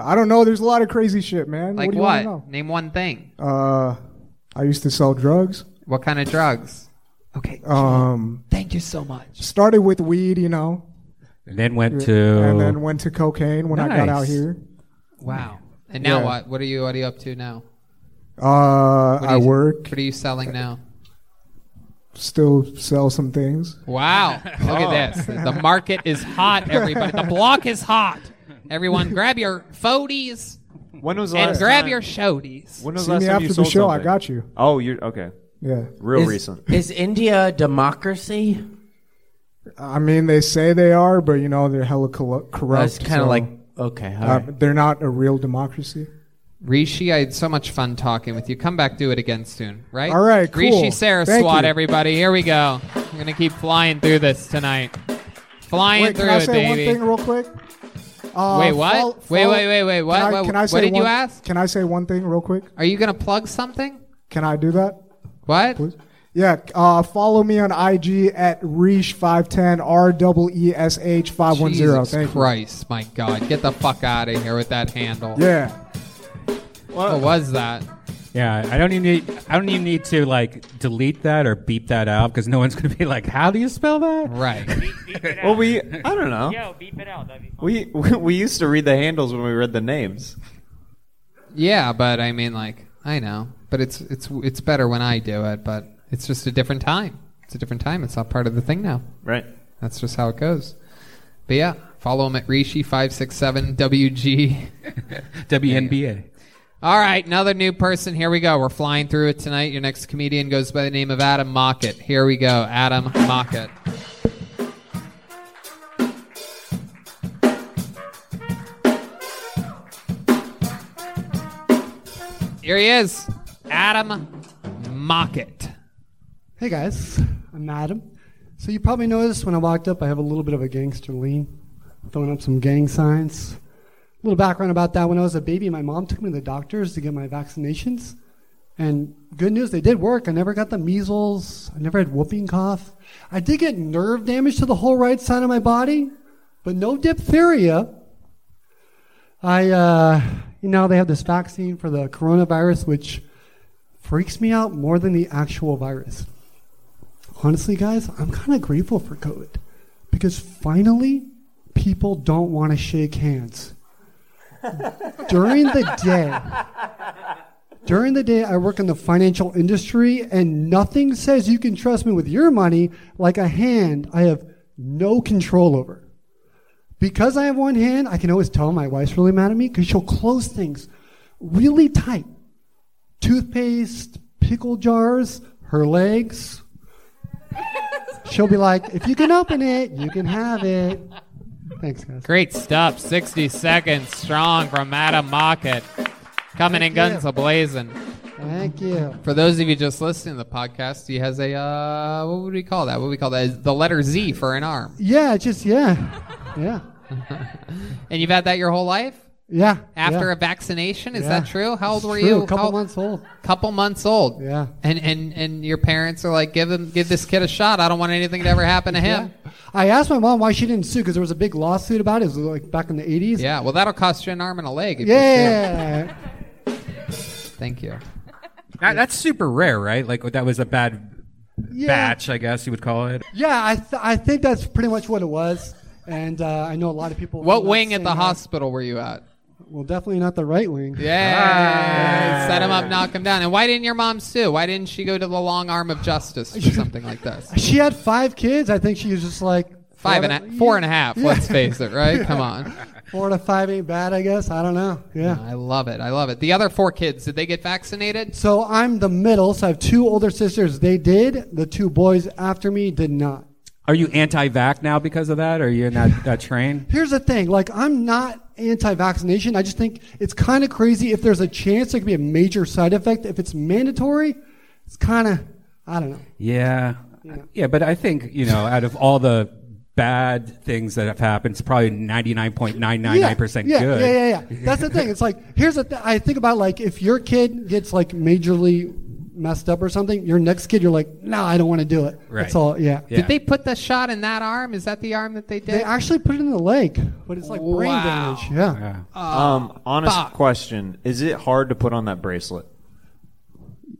Speaker 11: I don't know. There's a lot of crazy shit, man.
Speaker 3: Like
Speaker 11: what? Do you
Speaker 3: what?
Speaker 11: wanna know?
Speaker 3: Name one thing.
Speaker 11: Uh, I used to sell drugs.
Speaker 3: What kind of drugs? Okay.
Speaker 11: Um,
Speaker 3: Thank you so much.
Speaker 11: started with weed, you know,
Speaker 2: And then went to.
Speaker 11: and then went to cocaine when I got out
Speaker 2: Nice.
Speaker 11: here.
Speaker 3: Wow. And now
Speaker 11: Yeah.
Speaker 3: what? What are you? What are you up to now?
Speaker 11: Uh, I work,
Speaker 3: What are you selling now?
Speaker 11: still sell some things.
Speaker 3: Wow! Look
Speaker 11: Oh.
Speaker 3: at this. The market is hot, everybody. The block is hot. Everyone, grab your foadies
Speaker 4: When was the
Speaker 3: and
Speaker 4: last
Speaker 3: grab
Speaker 4: time-
Speaker 3: your shodies.
Speaker 4: When was
Speaker 11: See
Speaker 4: the last
Speaker 11: me
Speaker 4: time
Speaker 11: after
Speaker 4: you
Speaker 11: the
Speaker 4: sold
Speaker 11: show, I
Speaker 4: something?
Speaker 11: got you.
Speaker 4: Oh, you're okay.
Speaker 11: Yeah.
Speaker 4: Real
Speaker 6: Is-
Speaker 4: recent.
Speaker 6: Is India a democracy?
Speaker 11: I mean, they say they are, but you know, they're hella col- corrupt.
Speaker 6: That's kinda
Speaker 11: so,
Speaker 6: like- okay, all
Speaker 11: uh,
Speaker 6: right.
Speaker 11: They're not a real democracy.
Speaker 3: Rishi, I had so much fun talking with you. Come back, do it again soon, right?
Speaker 11: All right, cool.
Speaker 3: Rishi Saraswat,
Speaker 11: Thank you.
Speaker 3: everybody. Here we go. We're gonna keep flying through this tonight. Flying
Speaker 11: Wait,
Speaker 3: through
Speaker 11: can I
Speaker 3: it,
Speaker 11: say
Speaker 3: baby.
Speaker 11: one thing real quick? Uh,
Speaker 3: Wait, what?
Speaker 11: fol-
Speaker 3: Wait,
Speaker 11: fol-
Speaker 3: wait, wait, wait, what?
Speaker 11: Can I,
Speaker 3: What-
Speaker 11: can I
Speaker 3: what
Speaker 11: say
Speaker 3: did you
Speaker 11: one-
Speaker 3: ask?
Speaker 11: Can I say one thing real quick?
Speaker 3: Are you gonna plug something?
Speaker 11: Can I do that?
Speaker 3: What?
Speaker 11: Yeah, uh, follow me on IG at Reesh510, R double E S H 510.
Speaker 3: Jesus
Speaker 11: Thank
Speaker 3: Christ, my God. Get the fuck out of here with that handle.
Speaker 11: you. Yeah.
Speaker 3: What was that?
Speaker 2: Yeah, I don't even need. I don't even need to like delete that or beep that out because no one's going to be like, "How do you spell that?"
Speaker 3: Right.
Speaker 4: Well, we. I don't know.
Speaker 12: Yo, beep it out. That'd be
Speaker 4: We, we we used to read the handles when we read the names.
Speaker 3: Yeah, but I mean, like, I know, but it's it's it's better when I do it. But it's just a different time. It's a different time. It's not part of the thing now.
Speaker 4: Right.
Speaker 3: That's just how it goes. But yeah, follow him at Rishi five six seven WG.
Speaker 2: WNBA.
Speaker 3: All right, another new person. Here we go. We're flying through it tonight. Your next comedian goes by the name of Adam Mockett. Here we go, Adam Mockett. Here he is. Adam Mockett.
Speaker 12: Hey guys, I'm Adam. So you probably noticed when I walked up, I have a little bit of a gangster lean, throwing up some gang signs. A little background about that: when I was a baby, my mom took me to the doctors to get my vaccinations, and good news, they did work. I never got the measles. I never had whooping cough. I did get nerve damage to the whole right side of my body, but no diphtheria. I, uh, you know, they have this vaccine for the coronavirus, which freaks me out more than the actual virus. Honestly, guys, I'm kind of grateful for COVID because finally people don't want to shake hands. During the day, during the day, I work in the financial industry, and nothing says you can trust me with your money like a hand I have no control over. Because I have one hand, I can always tell my wife's really mad at me because she'll close things really tight toothpaste, pickle jars, her legs. She'll be like, if you can open it, you can have it. Thanks, guys.
Speaker 3: Great stuff. 60 seconds strong from Adam Mockett. Coming in guns a blazing.
Speaker 12: Thank you.
Speaker 3: For those of you just listening to the podcast, he has a, uh, what would we call that? What would we call that? The letter Z for an arm.
Speaker 12: Yeah, it's just, yeah. Yeah.
Speaker 3: And you've had that your whole life?
Speaker 12: Yeah.
Speaker 3: After
Speaker 12: yeah.
Speaker 3: a vaccination? Is
Speaker 12: Yeah.
Speaker 3: that true? How old
Speaker 12: It's
Speaker 3: were
Speaker 12: true,
Speaker 3: you?
Speaker 12: a couple
Speaker 3: How-
Speaker 12: months old.
Speaker 3: Couple months old.
Speaker 12: Yeah.
Speaker 3: And and and your parents are like, give him, give this kid a shot. I don't want anything to ever happen to him.
Speaker 12: I asked my mom why she didn't sue because there was a big lawsuit about it. It was like back in the 80s.
Speaker 3: Yeah. Well, that'll cost you an arm and a leg. if you
Speaker 12: Yeah.
Speaker 3: sue. Thank you.
Speaker 2: That, that's super rare, right? Like that was a bad batch, I guess you would call it.
Speaker 12: Yeah, I, th- I think that's pretty much what it was. And uh, I know a lot of people.
Speaker 3: What
Speaker 12: I'm not
Speaker 3: wing at
Speaker 12: saying
Speaker 3: the
Speaker 12: that-
Speaker 3: hospital were you at?
Speaker 12: Well, definitely not the right wing.
Speaker 3: Yeah. Set him up, knock him down. And why didn't your mom sue? Why didn't she go to the long arm of justice or something like this?
Speaker 12: She had five kids. I think she was just like
Speaker 3: Five
Speaker 12: four
Speaker 3: and
Speaker 12: to-
Speaker 3: a, four and a half.
Speaker 12: Yeah.
Speaker 3: Let's face it, right? Come
Speaker 12: Yeah.
Speaker 3: on.
Speaker 12: Four to five ain't bad, I guess. I don't know. Yeah.
Speaker 3: I love it. I love it. The other four kids, did they get vaccinated?
Speaker 12: So I'm the middle. So I have two older sisters. They did. The two boys after me did not.
Speaker 2: Are you anti-vac now because of that? Or are you in that, that train?
Speaker 12: Here's the thing. Like, I'm not anti-vaccination. I just think it's kind of crazy if there's a chance there could be a major side effect. If it's mandatory, it's kind of, I don't know.
Speaker 2: Yeah. yeah. but I think, you know, out of all the bad things that have happened, it's probably 99.999%
Speaker 12: yeah,
Speaker 2: good.
Speaker 12: Yeah, yeah, yeah. That's the thing. It's like here's the th- I think about like if your kid gets like majorly messed up or something, your next kid you're like, no, I don't want to do it. That's all. Yeah.
Speaker 3: Did they put the shot in that arm? Is that the arm that they did?
Speaker 12: They actually put it in the leg, but it's like brain
Speaker 3: Wow.
Speaker 12: damage. Yeah.
Speaker 4: um, honest
Speaker 12: fuck.
Speaker 4: question: Is it hard to put on that bracelet?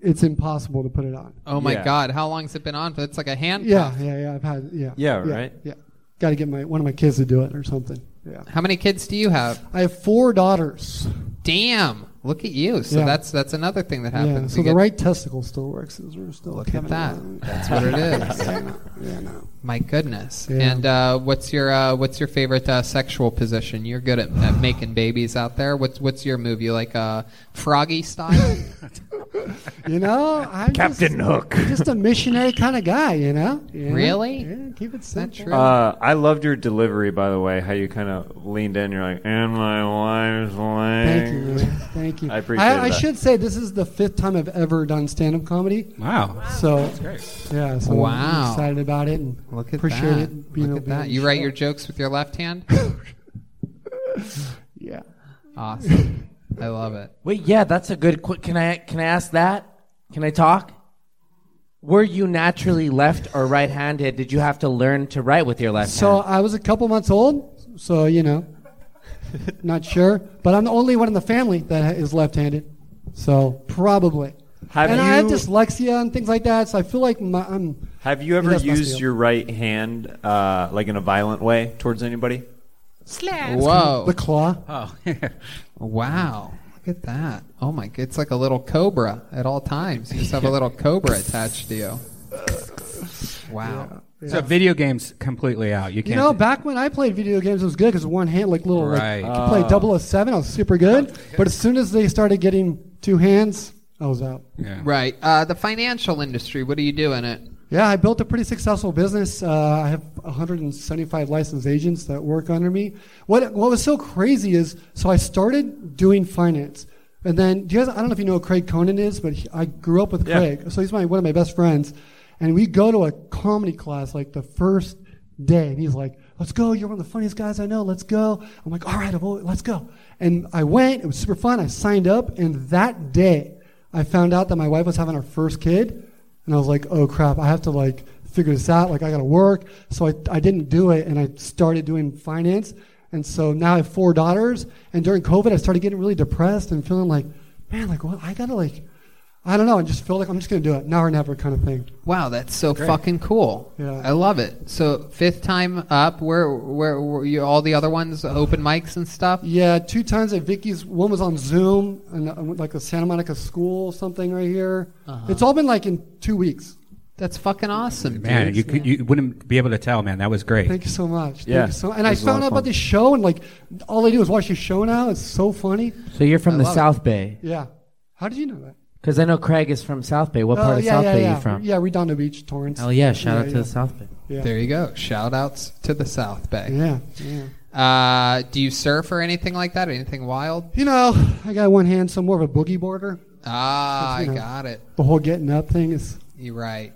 Speaker 12: It's impossible to put it on.
Speaker 3: Oh my
Speaker 4: Yeah.
Speaker 3: God! How long's it been on for? It's like a handcuff.
Speaker 12: Yeah, yeah, yeah. I've had yeah.
Speaker 4: Yeah, right?
Speaker 12: Yeah. Got to get my one of my kids to do it or something. Yeah.
Speaker 3: How many kids do you have?
Speaker 12: I have four daughters.
Speaker 3: Damn! Look at you. So
Speaker 12: Yeah.
Speaker 3: that's that's another thing that
Speaker 12: Yeah.
Speaker 3: happens.
Speaker 12: So
Speaker 3: You
Speaker 12: the
Speaker 3: get-
Speaker 12: right testicle still works. We're still
Speaker 3: Look at
Speaker 12: having
Speaker 3: that.
Speaker 12: one.
Speaker 3: That's what it is.
Speaker 12: Yeah, no, yeah, no.
Speaker 3: My goodness.
Speaker 12: Yeah.
Speaker 3: And uh, what's your uh, what's your favorite uh, sexual position? You're good at, at making babies out there. What's what's your move? You like uh, froggy style?
Speaker 12: You know, I'm
Speaker 4: Captain
Speaker 12: just,
Speaker 4: Hook.
Speaker 12: just a missionary kind of guy. You know. Yeah.
Speaker 3: Really?
Speaker 12: Yeah. Keep it simple.
Speaker 4: Uh, I loved your delivery, by the way. How you kind of leaned in. You're like, "And my wife's
Speaker 12: Thank you.
Speaker 4: leg."
Speaker 12: man. Thank you.
Speaker 4: I appreciate
Speaker 12: I, I
Speaker 4: that.
Speaker 12: should say this is the fifth time I've ever done stand-up comedy.
Speaker 2: Wow.
Speaker 12: So
Speaker 2: That's great.
Speaker 12: Yeah. So
Speaker 3: Wow.
Speaker 12: I'm excited about it and
Speaker 3: Look at
Speaker 12: appreciate
Speaker 3: that.
Speaker 12: it. Being able
Speaker 3: Look at
Speaker 12: to be on
Speaker 3: that.
Speaker 12: the
Speaker 3: You write
Speaker 12: show.
Speaker 3: your jokes with your left hand.
Speaker 12: yeah.
Speaker 3: Awesome. I love it.
Speaker 6: Wait, yeah, that's a good. Qu- can I can I ask that? Can I talk? Were you naturally left or right-handed? Did you have to learn to write with your left
Speaker 12: So I was a couple months old. So you know, not sure, but I'm the only one in the family that is left-handed. So probably.
Speaker 4: Have
Speaker 12: and I have
Speaker 4: you-
Speaker 12: dyslexia and things like that, so I feel like my, I'm.
Speaker 4: Have you ever
Speaker 12: That's my
Speaker 4: used
Speaker 12: skill.
Speaker 4: your right hand uh, like in a violent way towards anybody?
Speaker 3: Slap. Whoa.
Speaker 12: The claw.
Speaker 2: Oh.
Speaker 3: Wow. Look at that. Oh my god. It's like a little cobra at all times. You just have a little cobra attached to you. Wow.
Speaker 2: So video games completely out. You
Speaker 12: You
Speaker 2: can't.
Speaker 12: know, back when I played video games, it was good because one hand, like little,
Speaker 2: Right.
Speaker 12: like, I could
Speaker 4: Oh.
Speaker 12: play Double O Seven. I was super good. But as soon as they started getting two hands, I was out.
Speaker 2: yeah.
Speaker 3: Right. Uh, the financial industry, what do you do in it?
Speaker 12: Yeah, I built a pretty successful business. Uh, I have 175 licensed agents that work under me. What what was so crazy is so I started doing finance. And then, do you guys? I don't know if you know who Craig Conan is, but he, I grew up with
Speaker 4: Yeah.
Speaker 12: Craig, so he's my one of my best friends. And we go to a comedy class like the first day, and he's like, "Let's go! You're one of the funniest guys I know. Let's go!" I'm like, "All right, I've al- let's go!" And I went. It was super fun. I signed up, and that day, I found out that my wife was having our first kid, and I was like, "Oh crap! I have to like figure this out. Like, I gotta work." So I I didn't do it, and I started doing finance. And so now I have four daughters, and during COVID, I started getting really depressed and feeling like, man, like, what? I gotta, like, I don't know. I just feel like I'm just gonna do it now or never kind of thing.
Speaker 3: Wow, that's so
Speaker 12: Great.
Speaker 3: fucking cool.
Speaker 12: Yeah.
Speaker 3: I love it. So fifth time up, where where were you? All the other ones, open mics and stuff.
Speaker 12: Yeah, two times at Vicky's. One was on Zoom, and uh, like a Santa Monica school or something right here.
Speaker 3: Uh-huh.
Speaker 12: It's all been like in two weeks.
Speaker 3: That's fucking awesome,
Speaker 2: Man, you, could, you wouldn't be able to tell, man. That was great.
Speaker 12: Thank you so much.
Speaker 2: Yeah,
Speaker 12: Thank you so, and
Speaker 2: it
Speaker 12: I
Speaker 2: was a lot of
Speaker 12: found out about
Speaker 2: fun.
Speaker 12: this show, and like, all I do is watch this show now. It's so funny.
Speaker 6: So you're from
Speaker 12: I
Speaker 6: the
Speaker 12: love it.
Speaker 6: South Bay.
Speaker 12: Yeah. How did you know that?
Speaker 6: Because I know Craig is from South Bay. What
Speaker 12: Oh,
Speaker 6: part of
Speaker 12: yeah,
Speaker 6: South
Speaker 12: yeah,
Speaker 6: Bay
Speaker 12: yeah.
Speaker 6: are you from?
Speaker 12: Yeah, Redondo Beach, Torrance.
Speaker 6: Hell Oh, yeah, shout out to the South Bay.
Speaker 12: Yeah.
Speaker 3: There you go. Shout outs to the South Bay.
Speaker 12: Yeah, yeah.
Speaker 3: Uh, do you surf or anything like that? Anything wild?
Speaker 12: You know, I got one hand, so I'm more of a boogie boarder.
Speaker 3: Ah,
Speaker 12: That's,
Speaker 3: I
Speaker 12: you know,
Speaker 3: got it.
Speaker 12: The whole getting up thing is.
Speaker 3: You're right.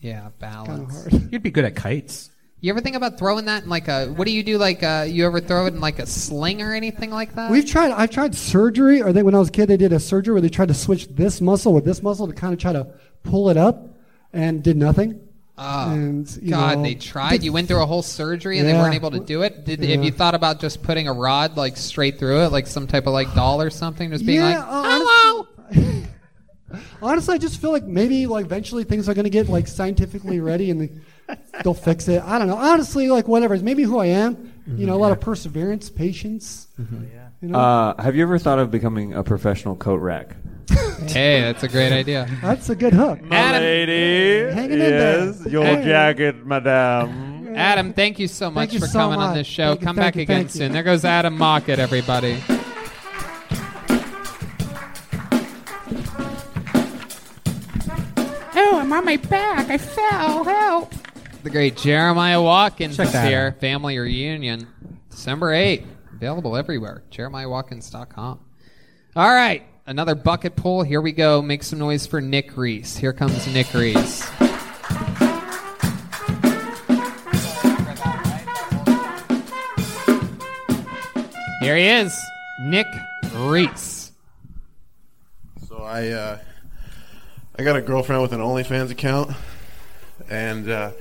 Speaker 3: Yeah, balance.
Speaker 2: You'd be good at kites.
Speaker 3: You ever think about throwing that in like a? What do you do? Like, uh, you ever throw it in like a sling or anything like that?
Speaker 12: We've tried. I've tried surgery. I think when I was a kid, they did a surgery where they tried to switch this muscle with this muscle to kind of try to pull it up, and did nothing.
Speaker 3: Oh,
Speaker 12: and, you
Speaker 3: God,
Speaker 12: know,
Speaker 3: they tried.
Speaker 12: did-
Speaker 3: You went through a whole surgery and they
Speaker 12: Yeah.
Speaker 3: weren't able to do it. Did, Have
Speaker 12: Yeah.
Speaker 3: you thought about just putting a rod like straight through it, like some type of like doll or something, just being
Speaker 12: yeah,
Speaker 3: like,
Speaker 12: hello. honestly, I just feel like maybe like eventually things are going to get like scientifically ready and they, they'll fix it. I don't know. Honestly, like whatever. It's maybe who I am. You know, a lot of perseverance, patience. You know?
Speaker 4: Uh, have you ever thought of becoming a professional coat rack?
Speaker 3: "Hey, that's a great idea."
Speaker 12: That's a good hook.
Speaker 4: lady,
Speaker 12: Hanging in there. yes, your Hey.
Speaker 4: jacket, madame.
Speaker 3: Adam, thank you so much
Speaker 12: you
Speaker 3: for
Speaker 12: so
Speaker 3: coming on
Speaker 12: much.
Speaker 3: this show.
Speaker 12: Thank you,
Speaker 3: Come
Speaker 12: thank
Speaker 3: back
Speaker 12: you,
Speaker 3: again
Speaker 12: thank you.
Speaker 3: soon. There goes Adam Mockett, everybody.
Speaker 13: Oh, I'm on my back. I fell. Help.
Speaker 3: The great Jeremiah Watkins
Speaker 13: Check
Speaker 3: is
Speaker 13: that
Speaker 3: here. Family reunion, December 8th. Available everywhere. JeremiahWatkins.com. All right, another bucket pull. Here we go. Make some noise for Nick Reese. Here comes Nick Reese. Here he is, Nick Reese.
Speaker 14: So I, uh, I got a girlfriend with an OnlyFans account, and uh,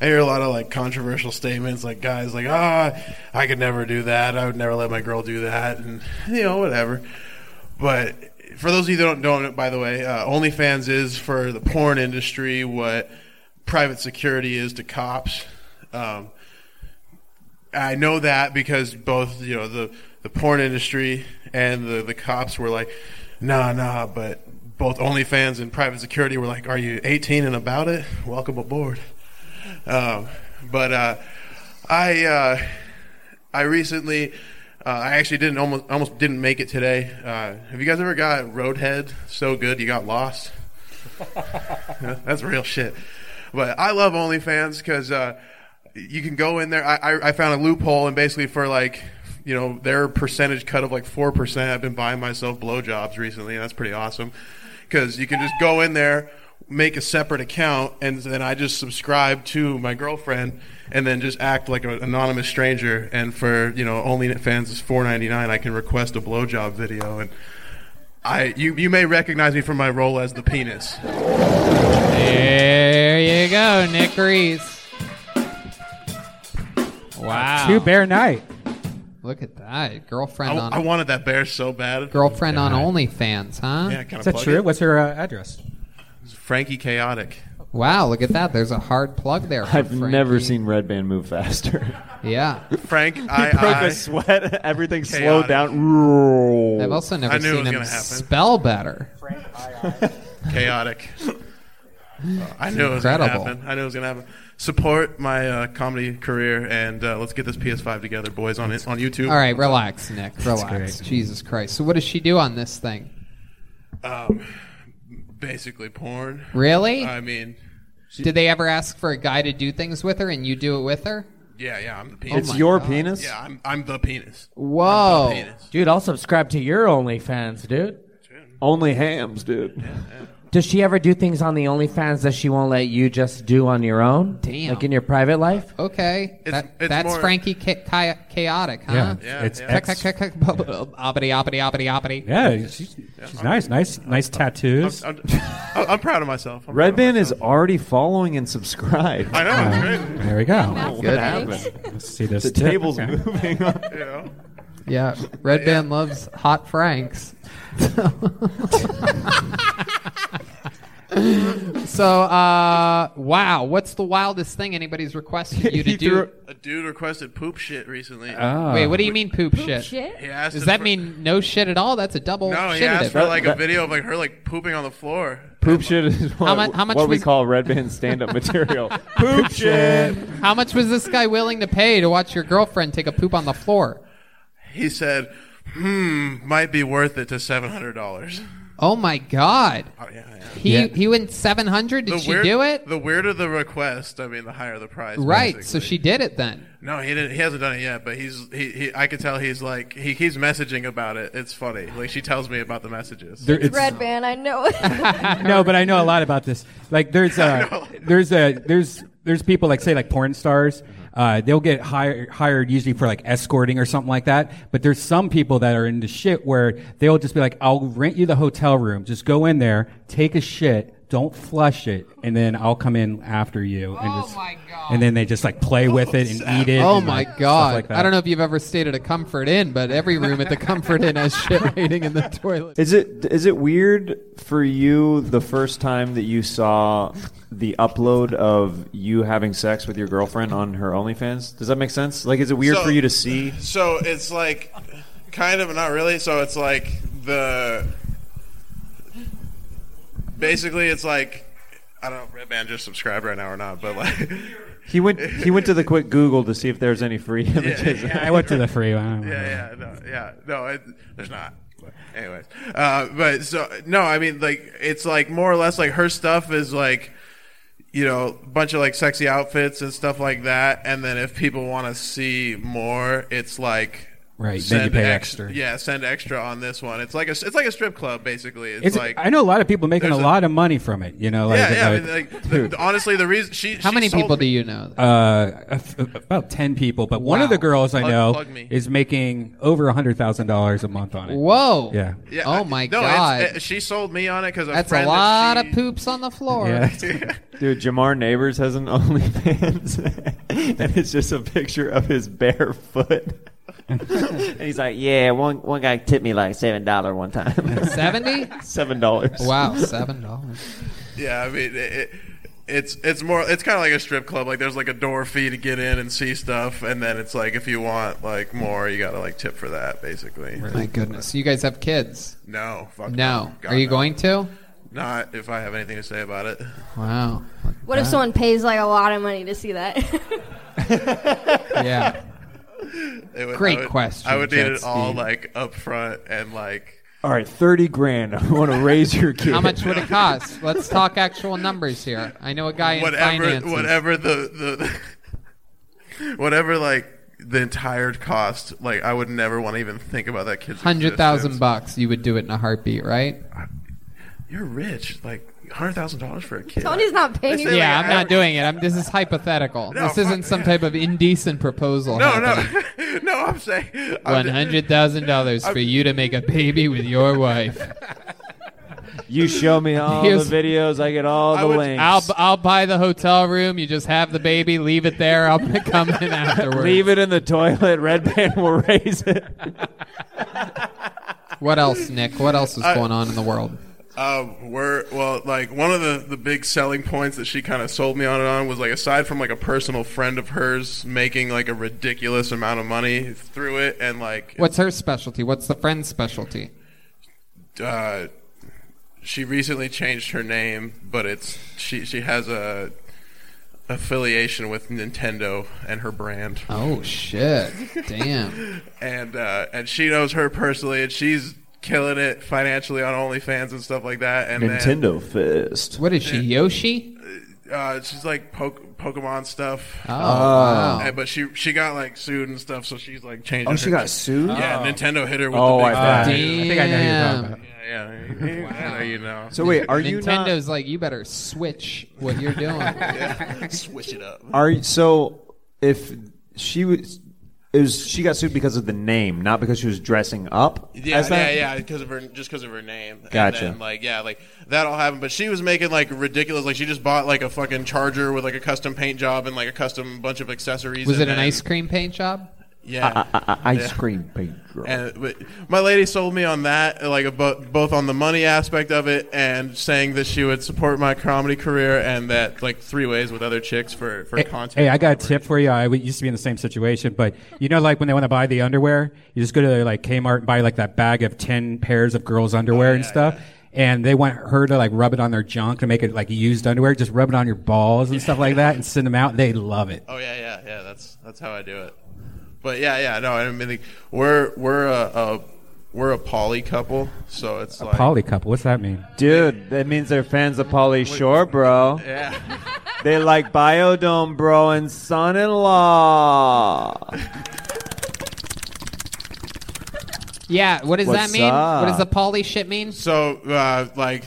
Speaker 14: I hear a lot of like controversial statements, like guys like, ah, I could never do that. I would never let my girl do that, and you know whatever. But for those of you that don't know, it, by the way, uh, OnlyFans is for the porn industry what private security is to cops. Um, I know that because both you know the the porn industry and the the cops were like, nah, nah, but both OnlyFans and private security were like, are you 18 and about it? Welcome aboard. Um, but uh, I uh, I recently. Uh, I actually didn't almost almost didn't make it today. Uh, have you guys ever got roadhead so good you got lost? That's real shit. But I love OnlyFans because uh, you can go in there. I, I, I found a loophole, and basically for like, you know, their percentage cut of like 4%, I've been buying myself blowjobs recently, and that's pretty awesome. Because you can just go in there, make a separate account, and then I just subscribe to my girlfriend, and then just act like an anonymous stranger. And for, you know, OnlyFans is $4.99, I can request a blowjob video. And I, you, you may recognize me from my role as the penis.
Speaker 3: There you go, Nick Reese. Wow.
Speaker 14: Two
Speaker 3: bear night. Look at that. Girlfriend
Speaker 14: I,
Speaker 3: on
Speaker 14: I wanted that bear so bad.
Speaker 3: girlfriend on OnlyFans, huh?
Speaker 14: Yeah, can I Is that plug true? it?
Speaker 2: What's her uh, address?
Speaker 14: Frankie Chaotic.
Speaker 3: Wow, look at that. There's a hard plug there. for
Speaker 4: I've
Speaker 3: Frankie.
Speaker 4: never seen Red Band move faster.
Speaker 3: Yeah.
Speaker 14: Frank,
Speaker 4: He
Speaker 14: I-
Speaker 4: broke
Speaker 14: I-
Speaker 4: a sweat. Everything slowed
Speaker 14: Chaotic.
Speaker 4: down.
Speaker 3: I've also never
Speaker 14: I knew it
Speaker 3: seen
Speaker 14: was
Speaker 3: him
Speaker 14: gonna happen.
Speaker 3: spell better.
Speaker 14: Chaotic. Uh, I knew it was going to
Speaker 3: Incredible.
Speaker 14: happen. I knew it was going to happen. Support my uh, comedy career and uh, let's get this PS5 together, boys, on it- on YouTube.
Speaker 3: All right, relax, Nick. Relax. Jesus Christ. So what does she do on this thing?
Speaker 14: Um, basically porn.
Speaker 3: Really?
Speaker 14: I mean,
Speaker 3: Did they ever ask for a guy to do things with her and you do it with her?
Speaker 14: Yeah, yeah, I'm the penis.
Speaker 6: It's
Speaker 3: Oh
Speaker 6: your penis?
Speaker 14: Yeah, I'm, I'm the penis.
Speaker 6: Whoa, dude! I'll subscribe to your OnlyFans, dude.
Speaker 4: Only hams, dude.
Speaker 6: Does she ever do things on the OnlyFans that she won't let you just do on your own?
Speaker 3: Damn.
Speaker 6: Like in your private life?
Speaker 3: Okay, that,
Speaker 6: it's
Speaker 3: that's
Speaker 6: more-
Speaker 3: Frankie Ca- Ca- chaotic, huh?
Speaker 6: Yeah, it's-
Speaker 2: yeah. it's
Speaker 3: Ca- ca- ca- ca- Oppity, oppity, oppity, oppity.
Speaker 2: Yeah, she's, she's nice, nice, nice tattoos.
Speaker 14: I'm, I'm, I'm proud of myself. I'm
Speaker 4: Red Band is already following and subscribed.
Speaker 14: I know, it's great.
Speaker 2: Uh, There we go.
Speaker 14: What Good. happened?
Speaker 2: Let's see this.
Speaker 4: The
Speaker 2: tip.
Speaker 4: table's
Speaker 2: Okay.
Speaker 4: moving.
Speaker 14: You know?
Speaker 3: Yeah, Red Band loves hot Franks. so, uh, wow, what's the wildest thing anybody's requested you to do?
Speaker 14: A dude requested poop shit recently.
Speaker 2: Oh.
Speaker 6: Ah.
Speaker 3: Wait, what do you mean poop,
Speaker 14: Poop
Speaker 3: shit?
Speaker 14: shit? He asked
Speaker 3: Does
Speaker 14: if
Speaker 3: that
Speaker 14: for-
Speaker 3: mean no shit at all? That's a double
Speaker 14: No, he
Speaker 3: shit.
Speaker 14: asked for like
Speaker 3: addict.
Speaker 14: a video of like her like pooping on the floor.
Speaker 4: Poop shit is what,
Speaker 3: How mu- how much
Speaker 4: what we
Speaker 3: was-
Speaker 4: call Red Band stand-up material. Poop shit.
Speaker 3: How much was this guy willing to pay to watch your girlfriend take a poop on the floor?
Speaker 14: He said, "Hmm, might be worth it to seven hundred dollars."
Speaker 3: Oh my god. He
Speaker 14: Oh, Yeah.
Speaker 3: he went 700. Did she do it?
Speaker 14: The weirder the request, I mean, the higher the price.
Speaker 3: Right.
Speaker 14: basically.
Speaker 3: So she did it then.
Speaker 14: No, he didn't. He hasn't done it yet, but he's he. he I could tell he's like he keeps messaging about it. It's funny. Like she tells me about the messages.
Speaker 2: There- it's-
Speaker 5: Red band, I know it.
Speaker 2: no, but I know a lot about this. Like there's a there's a there's there's people like say like porn stars. Uh, they'll get hired hired usually for like escorting or something like that. But there's some people that are into shit where they'll just be like, "I'll rent you the hotel room. Just go in there, take a shit." Don't flush it, and then I'll come in after you, and just, and then they just like play with it and eat it.
Speaker 3: Oh
Speaker 2: and,
Speaker 3: my
Speaker 2: like, stuff
Speaker 3: god.
Speaker 2: like that.
Speaker 3: I don't know if you've ever stayed at a Comfort Inn, but every room at the Comfort Inn has shit rating in the toilet.
Speaker 4: Is it is it weird for you the first time that you saw the upload of you having sex with your girlfriend on her OnlyFans? Does that make sense? Like, is it weird
Speaker 14: So-
Speaker 4: for you to see?
Speaker 14: So it's like, kind of, but not really. So it's like the. Basically, it's like, I don't know, Red Band just subscribed right now or not, but like,
Speaker 4: He went he went to the quick Google to see if there's any free images.
Speaker 14: yeah.
Speaker 2: I went to the free one.
Speaker 14: yeah, yeah, no, yeah, no, it, there's not. But anyways, uh, but so no, I mean, like it's like more or less like her stuff is like, you know, a bunch of like sexy outfits and stuff like that, and then if people want to see more, it's like.
Speaker 2: Right, then you
Speaker 14: send
Speaker 2: pay
Speaker 14: ex-
Speaker 2: extra.
Speaker 14: Yeah, send extra on this one. It's like a it's like a strip club basically. It's,
Speaker 2: It's,
Speaker 14: like
Speaker 2: I know a lot of people making a lot of money from it. You know, like,
Speaker 14: yeah, yeah. I
Speaker 2: like-
Speaker 14: mean, like, the- honestly, the reason she
Speaker 3: How
Speaker 14: she
Speaker 3: many
Speaker 14: sold
Speaker 3: people
Speaker 14: me-
Speaker 3: do you know?
Speaker 2: Uh, a f- about ten people, but one
Speaker 14: Wow.
Speaker 2: of the girls I
Speaker 14: Plug-
Speaker 2: know
Speaker 14: plug me.
Speaker 2: is making over a hundred thousand dollars a month on it.
Speaker 3: Whoa.
Speaker 2: Yeah.
Speaker 14: Yeah,
Speaker 3: oh
Speaker 14: I-
Speaker 3: my
Speaker 14: no, it's-
Speaker 3: god.
Speaker 14: uh, she sold me on it because
Speaker 3: That's a lot of poops on the floor.
Speaker 4: Yeah. Dude, Jamar Neighbors has an OnlyFans, and it's just a picture of his bare foot. and he's like, "Yeah, one one guy tipped me like seven dollar one time.
Speaker 3: 70?
Speaker 4: Seven dollars.
Speaker 3: Wow, seven dollars.
Speaker 14: Yeah, I mean, it, it, it's it's more it's kind of like a strip club. Like there's like a door fee to get in and see stuff, and then it's like if you want like more, you gotta like tip for that, basically.
Speaker 3: My goodness. So you guys have kids?
Speaker 14: No, fuck
Speaker 3: no.
Speaker 14: God,
Speaker 3: Are you
Speaker 14: no.
Speaker 3: going to?
Speaker 14: Not if I have anything to say about it.
Speaker 3: Wow.
Speaker 5: what if someone pays like a lot of money to see that?
Speaker 3: Yeah.
Speaker 14: It would-
Speaker 3: Great
Speaker 14: I would-
Speaker 3: question,
Speaker 14: I would need it
Speaker 3: Jet
Speaker 14: all
Speaker 3: Ski.
Speaker 14: like up front and like
Speaker 4: All right, thirty grand. I want to raise your kid.
Speaker 3: How much would it cost? Let's talk actual numbers here. I know a guy in
Speaker 14: whatever
Speaker 3: finances.
Speaker 14: whatever the the whatever like the entire cost. Like I would never want to even think about that kid's
Speaker 3: Hundred
Speaker 14: existence.
Speaker 3: thousand bucks, you would do it in a heartbeat, right?
Speaker 14: You're rich, like hundred thousand dollars for a kid.
Speaker 5: Tony's not paying
Speaker 14: They
Speaker 5: you.
Speaker 14: say, like,
Speaker 3: Yeah, I'm
Speaker 14: average-
Speaker 3: not doing it. I'm. This is hypothetical.
Speaker 14: No,
Speaker 3: this isn't
Speaker 14: fuck,
Speaker 3: some type of indecent proposal.
Speaker 14: No, no, no. I'm saying I'm
Speaker 3: One
Speaker 14: just-
Speaker 3: hundred thousand dollars for you to make a baby with your wife.
Speaker 4: You show me all
Speaker 3: Here's-
Speaker 4: the videos. I get all the links.
Speaker 3: I'll I'll buy the hotel room. You just have the baby, leave it there. I'm gonna come in afterwards.
Speaker 4: Leave it in the toilet. Red band will raise it.
Speaker 3: What else, Nick? What else is
Speaker 14: I-
Speaker 3: going on in the world?
Speaker 14: Um, we're well, like one of the the big selling points that she kind of sold me on it on was like aside from like a personal friend of hers making like a ridiculous amount of money through it, and like
Speaker 3: What's her specialty? What's the friend's specialty?
Speaker 14: uh, she recently changed her name, but it's she she has a affiliation with Nintendo and her brand.
Speaker 3: Oh shit! Damn.
Speaker 14: and uh, and she knows her personally, and she's killing it financially on OnlyFans and stuff like that. And then-
Speaker 4: Nintendo fist.
Speaker 3: What is she? Yoshi?
Speaker 14: Uh, she's like poke, Pokemon stuff.
Speaker 15: Oh, wow.
Speaker 14: And- but she she got like sued and stuff, so she's like changing.
Speaker 15: Oh, she
Speaker 14: her-
Speaker 15: got sued?
Speaker 14: Yeah,
Speaker 15: Oh.
Speaker 14: Nintendo hit her with
Speaker 15: Oh,
Speaker 14: the big
Speaker 15: I bet.
Speaker 14: thing.
Speaker 15: I think I know who you're talking about.
Speaker 14: Yeah, yeah. you- I know you know.
Speaker 3: Nintendo's like you better switch what you're doing.
Speaker 14: Switch it up.
Speaker 4: Are you- so if she was. It was she got sued because of the name, not because she was dressing up.
Speaker 14: Yeah,
Speaker 4: as
Speaker 14: yeah,
Speaker 4: that?
Speaker 14: yeah, because of her, just because of her name.
Speaker 4: Gotcha.
Speaker 14: And then, like, yeah, like that all happened. But she was making like ridiculous. Like, she just bought like a fucking charger with like a custom paint job and like a custom bunch of accessories.
Speaker 3: Was it
Speaker 14: and
Speaker 3: an
Speaker 14: then-
Speaker 3: ice cream paint job?
Speaker 14: Yeah.
Speaker 15: ice
Speaker 14: Yeah.
Speaker 15: cream paint girl.
Speaker 14: And but my lady sold me on that, like about, both on the money aspect of it and saying that she would support my comedy career and that like three ways with other chicks for for
Speaker 2: Hey,
Speaker 14: content.
Speaker 2: Hey, I got a tip for you. I we used to be in the same situation, but you know, like when they want to buy the underwear, you just go to their, like Kmart and buy like that bag of ten pairs of girls'
Speaker 3: Oh,
Speaker 2: underwear and stuff. And they want her to like rub it on their junk to make it like used underwear. Just rub it on your balls and stuff like that, and send them out. They love it.
Speaker 14: Oh yeah, yeah, yeah. That's that's how I do it. But yeah, yeah. No, I mean like, we're we're a, a we're a poly couple, so it's like
Speaker 2: Poly couple. What's that mean?
Speaker 4: Dude, that means they're fans of Polly Shore, bro.
Speaker 14: Yeah.
Speaker 4: They like Biodome, bro, and son in law.
Speaker 3: Yeah. What does
Speaker 14: What's
Speaker 3: that mean?
Speaker 14: up?
Speaker 3: What does the poly shit mean?
Speaker 14: So uh, like.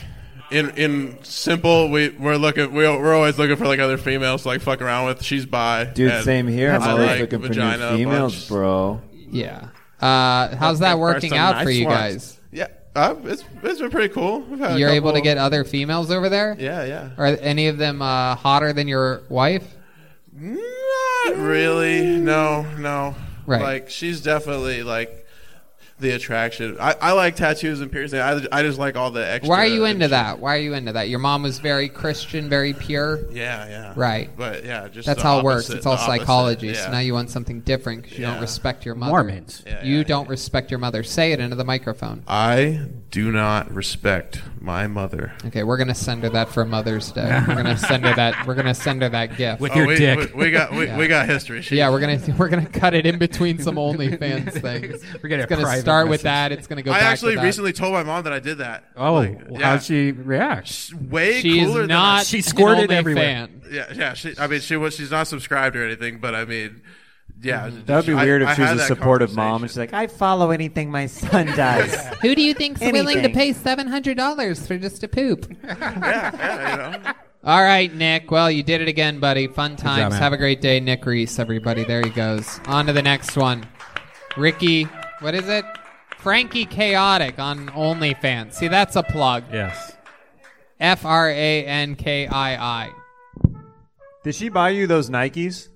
Speaker 14: In, in simple, we we're looking we we're always looking for like other females to like fuck around with. She's bi.
Speaker 4: Dude,
Speaker 14: and
Speaker 4: same here. I'm
Speaker 14: I
Speaker 4: always
Speaker 14: like
Speaker 4: looking for new
Speaker 14: vagina a bunch.
Speaker 4: females, bro.
Speaker 3: Yeah. Uh, how's that working
Speaker 14: Some
Speaker 3: out for
Speaker 14: nice
Speaker 3: you
Speaker 14: ones.
Speaker 3: guys?
Speaker 14: Yeah, uh, it's it's been pretty cool. We've had a
Speaker 3: You're able to
Speaker 14: couple-
Speaker 3: get other females over there?
Speaker 14: Yeah, yeah.
Speaker 3: Are any of them uh, hotter than your wife?
Speaker 14: Not really. No, no.
Speaker 3: Right.
Speaker 14: Like she's definitely like the attraction. I, I like tattoos and piercing. I, I just like all the extra.
Speaker 3: Why are you into that? Why are you into that? Your mom was very Christian, very pure.
Speaker 14: Yeah, yeah.
Speaker 3: Right.
Speaker 14: But, yeah, just
Speaker 3: that's
Speaker 14: the
Speaker 3: how it works.
Speaker 14: opposite-
Speaker 3: It's all
Speaker 14: the opposite,
Speaker 3: psychology.
Speaker 14: yeah.
Speaker 3: So now you want something different because you
Speaker 14: Yeah.
Speaker 3: don't respect your mother.
Speaker 14: Mormons. Yeah,
Speaker 3: you don't respect your mother. Say it into the microphone.
Speaker 14: I do not respect my mother.
Speaker 3: Okay, we're gonna send her that for Mother's Day. We're gonna send her that. We're gonna send her that gift
Speaker 14: With Oh, your we- dick. we- we got- we- we got history. She-
Speaker 3: yeah, we're gonna we're gonna cut it in between some OnlyFans things.
Speaker 2: We're gonna
Speaker 3: it's gonna
Speaker 2: private
Speaker 3: start
Speaker 2: message.
Speaker 3: with that. It's gonna go.
Speaker 14: I
Speaker 3: back
Speaker 14: actually
Speaker 3: to that.
Speaker 14: recently told my mom that I did that.
Speaker 2: Oh,
Speaker 14: Like, yeah.
Speaker 2: how'd she react?
Speaker 14: Way
Speaker 3: She's
Speaker 14: cooler than I-
Speaker 3: not She squirted an everywhere. OnlyFan.
Speaker 14: Yeah, yeah. She, I mean, she was. She's not subscribed or anything, but I mean, yeah.
Speaker 3: Mm-hmm.
Speaker 4: That would be
Speaker 14: I-
Speaker 4: weird
Speaker 14: I
Speaker 4: if she was
Speaker 14: had
Speaker 4: a
Speaker 14: that
Speaker 4: supportive mom and she's like, I follow anything my son does.
Speaker 3: Who do you think's willing to
Speaker 4: Anything.
Speaker 3: pay seven hundred dollars for just a poop?
Speaker 14: yeah, you know.
Speaker 3: All right, Nick. Well, you did it again, buddy. Fun times.
Speaker 2: man.
Speaker 3: Have a great day, Nick Reese, everybody. There he goes. On to the next one. Ricky, what is it? Frankie Chaotic on OnlyFans. See, that's a plug.
Speaker 2: Yes.
Speaker 3: F R A N K I I.
Speaker 4: Did she buy you those Nikes?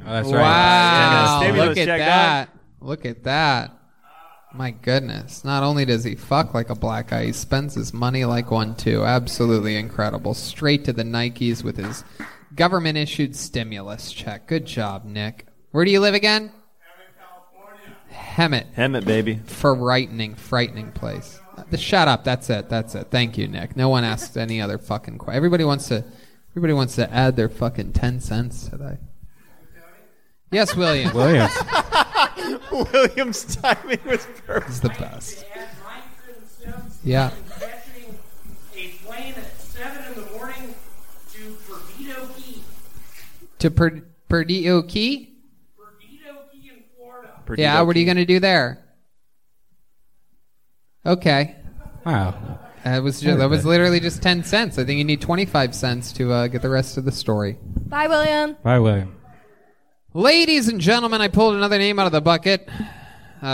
Speaker 2: Oh, that's
Speaker 4: right.
Speaker 3: Wow.
Speaker 4: Yeah, stimulus
Speaker 3: Look at
Speaker 4: check, dog.
Speaker 3: that. Look at that. My goodness. Not only does he fuck like a black guy, he spends his money like one too. Absolutely incredible. Straight to the Nikes with his government issued stimulus check. Good job, Nick. Where do you live again? Hemet.
Speaker 4: Hemet, baby.
Speaker 3: Frightening, frightening place. Uh, th- Shut up. That's it. That's it. Thank you, Nick. No one asked any other fucking question. Everybody wants to. Everybody wants to add their fucking ten cents today. Yes, William.
Speaker 2: Williams.
Speaker 4: Williams' timing was perfect.
Speaker 3: He's the best. Yeah. To per- Perdido Key. yeah, what are you going to do there? Okay.
Speaker 2: Wow.
Speaker 3: That was ju- that was literally just ten cents. I think you need twenty five cents to uh, get the rest of the story.
Speaker 5: Bye, William.
Speaker 2: Bye, William.
Speaker 3: Ladies and gentlemen, I pulled another name out of the bucket. Uh,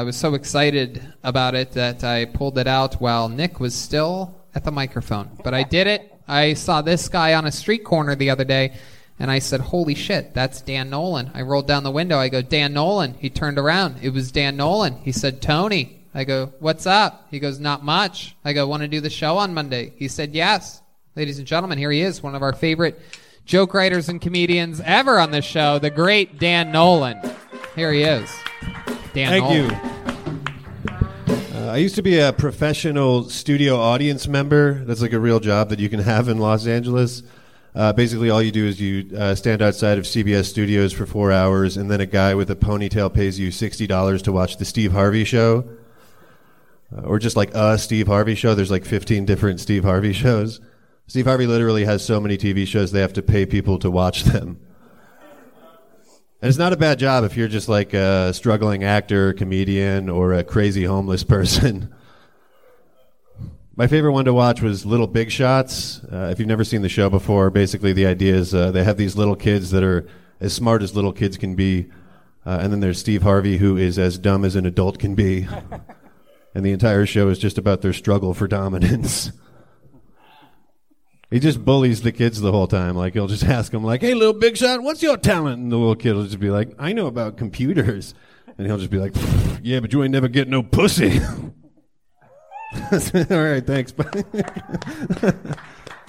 Speaker 3: I was so excited about it that I pulled it out while Nick was still at the microphone. But I did it. I saw this guy on a street corner the other day, and I said, Holy shit, that's Dan Nolan. I rolled down the window. I go, Dan Nolan. He turned around. It was Dan Nolan. He said, Tony. I go, What's up? He goes, Not much. I go, Want to do the show on Monday? He said, Yes. Ladies and gentlemen, here he is, one of our favorite joke writers and comedians ever on this show, the great Dan Nolan. Here he is. Dan
Speaker 16: Thank
Speaker 3: Nolan.
Speaker 16: you. Uh, I used to be a professional studio audience member. That's like a real job that you can have in Los Angeles. Uh, basically, all you do is you uh, stand outside of CBS studios for four hours, and then a guy with a ponytail pays you sixty dollars to watch the Steve Harvey show, uh, or just like a Steve Harvey show. There's like fifteen different Steve Harvey shows. Steve Harvey literally has so many TV shows they have to pay people to watch them. And it's not a bad job if you're just like a struggling actor, comedian, or a crazy homeless person. My favorite one to watch was Little Big Shots. Uh, if you've never seen the show before, basically the idea is uh, they have these little kids that are as smart as little kids can be, uh, and then there's Steve Harvey who is as dumb as an adult can be, and the entire show is just about their struggle for dominance. he just bullies the kids the whole time. Like he'll just ask them, like, "Hey, little Big Shot, what's your talent?" And the little kid will just be like, "I know about computers," and he'll just be like, "Yeah, but you ain't never get no pussy." All right, thanks.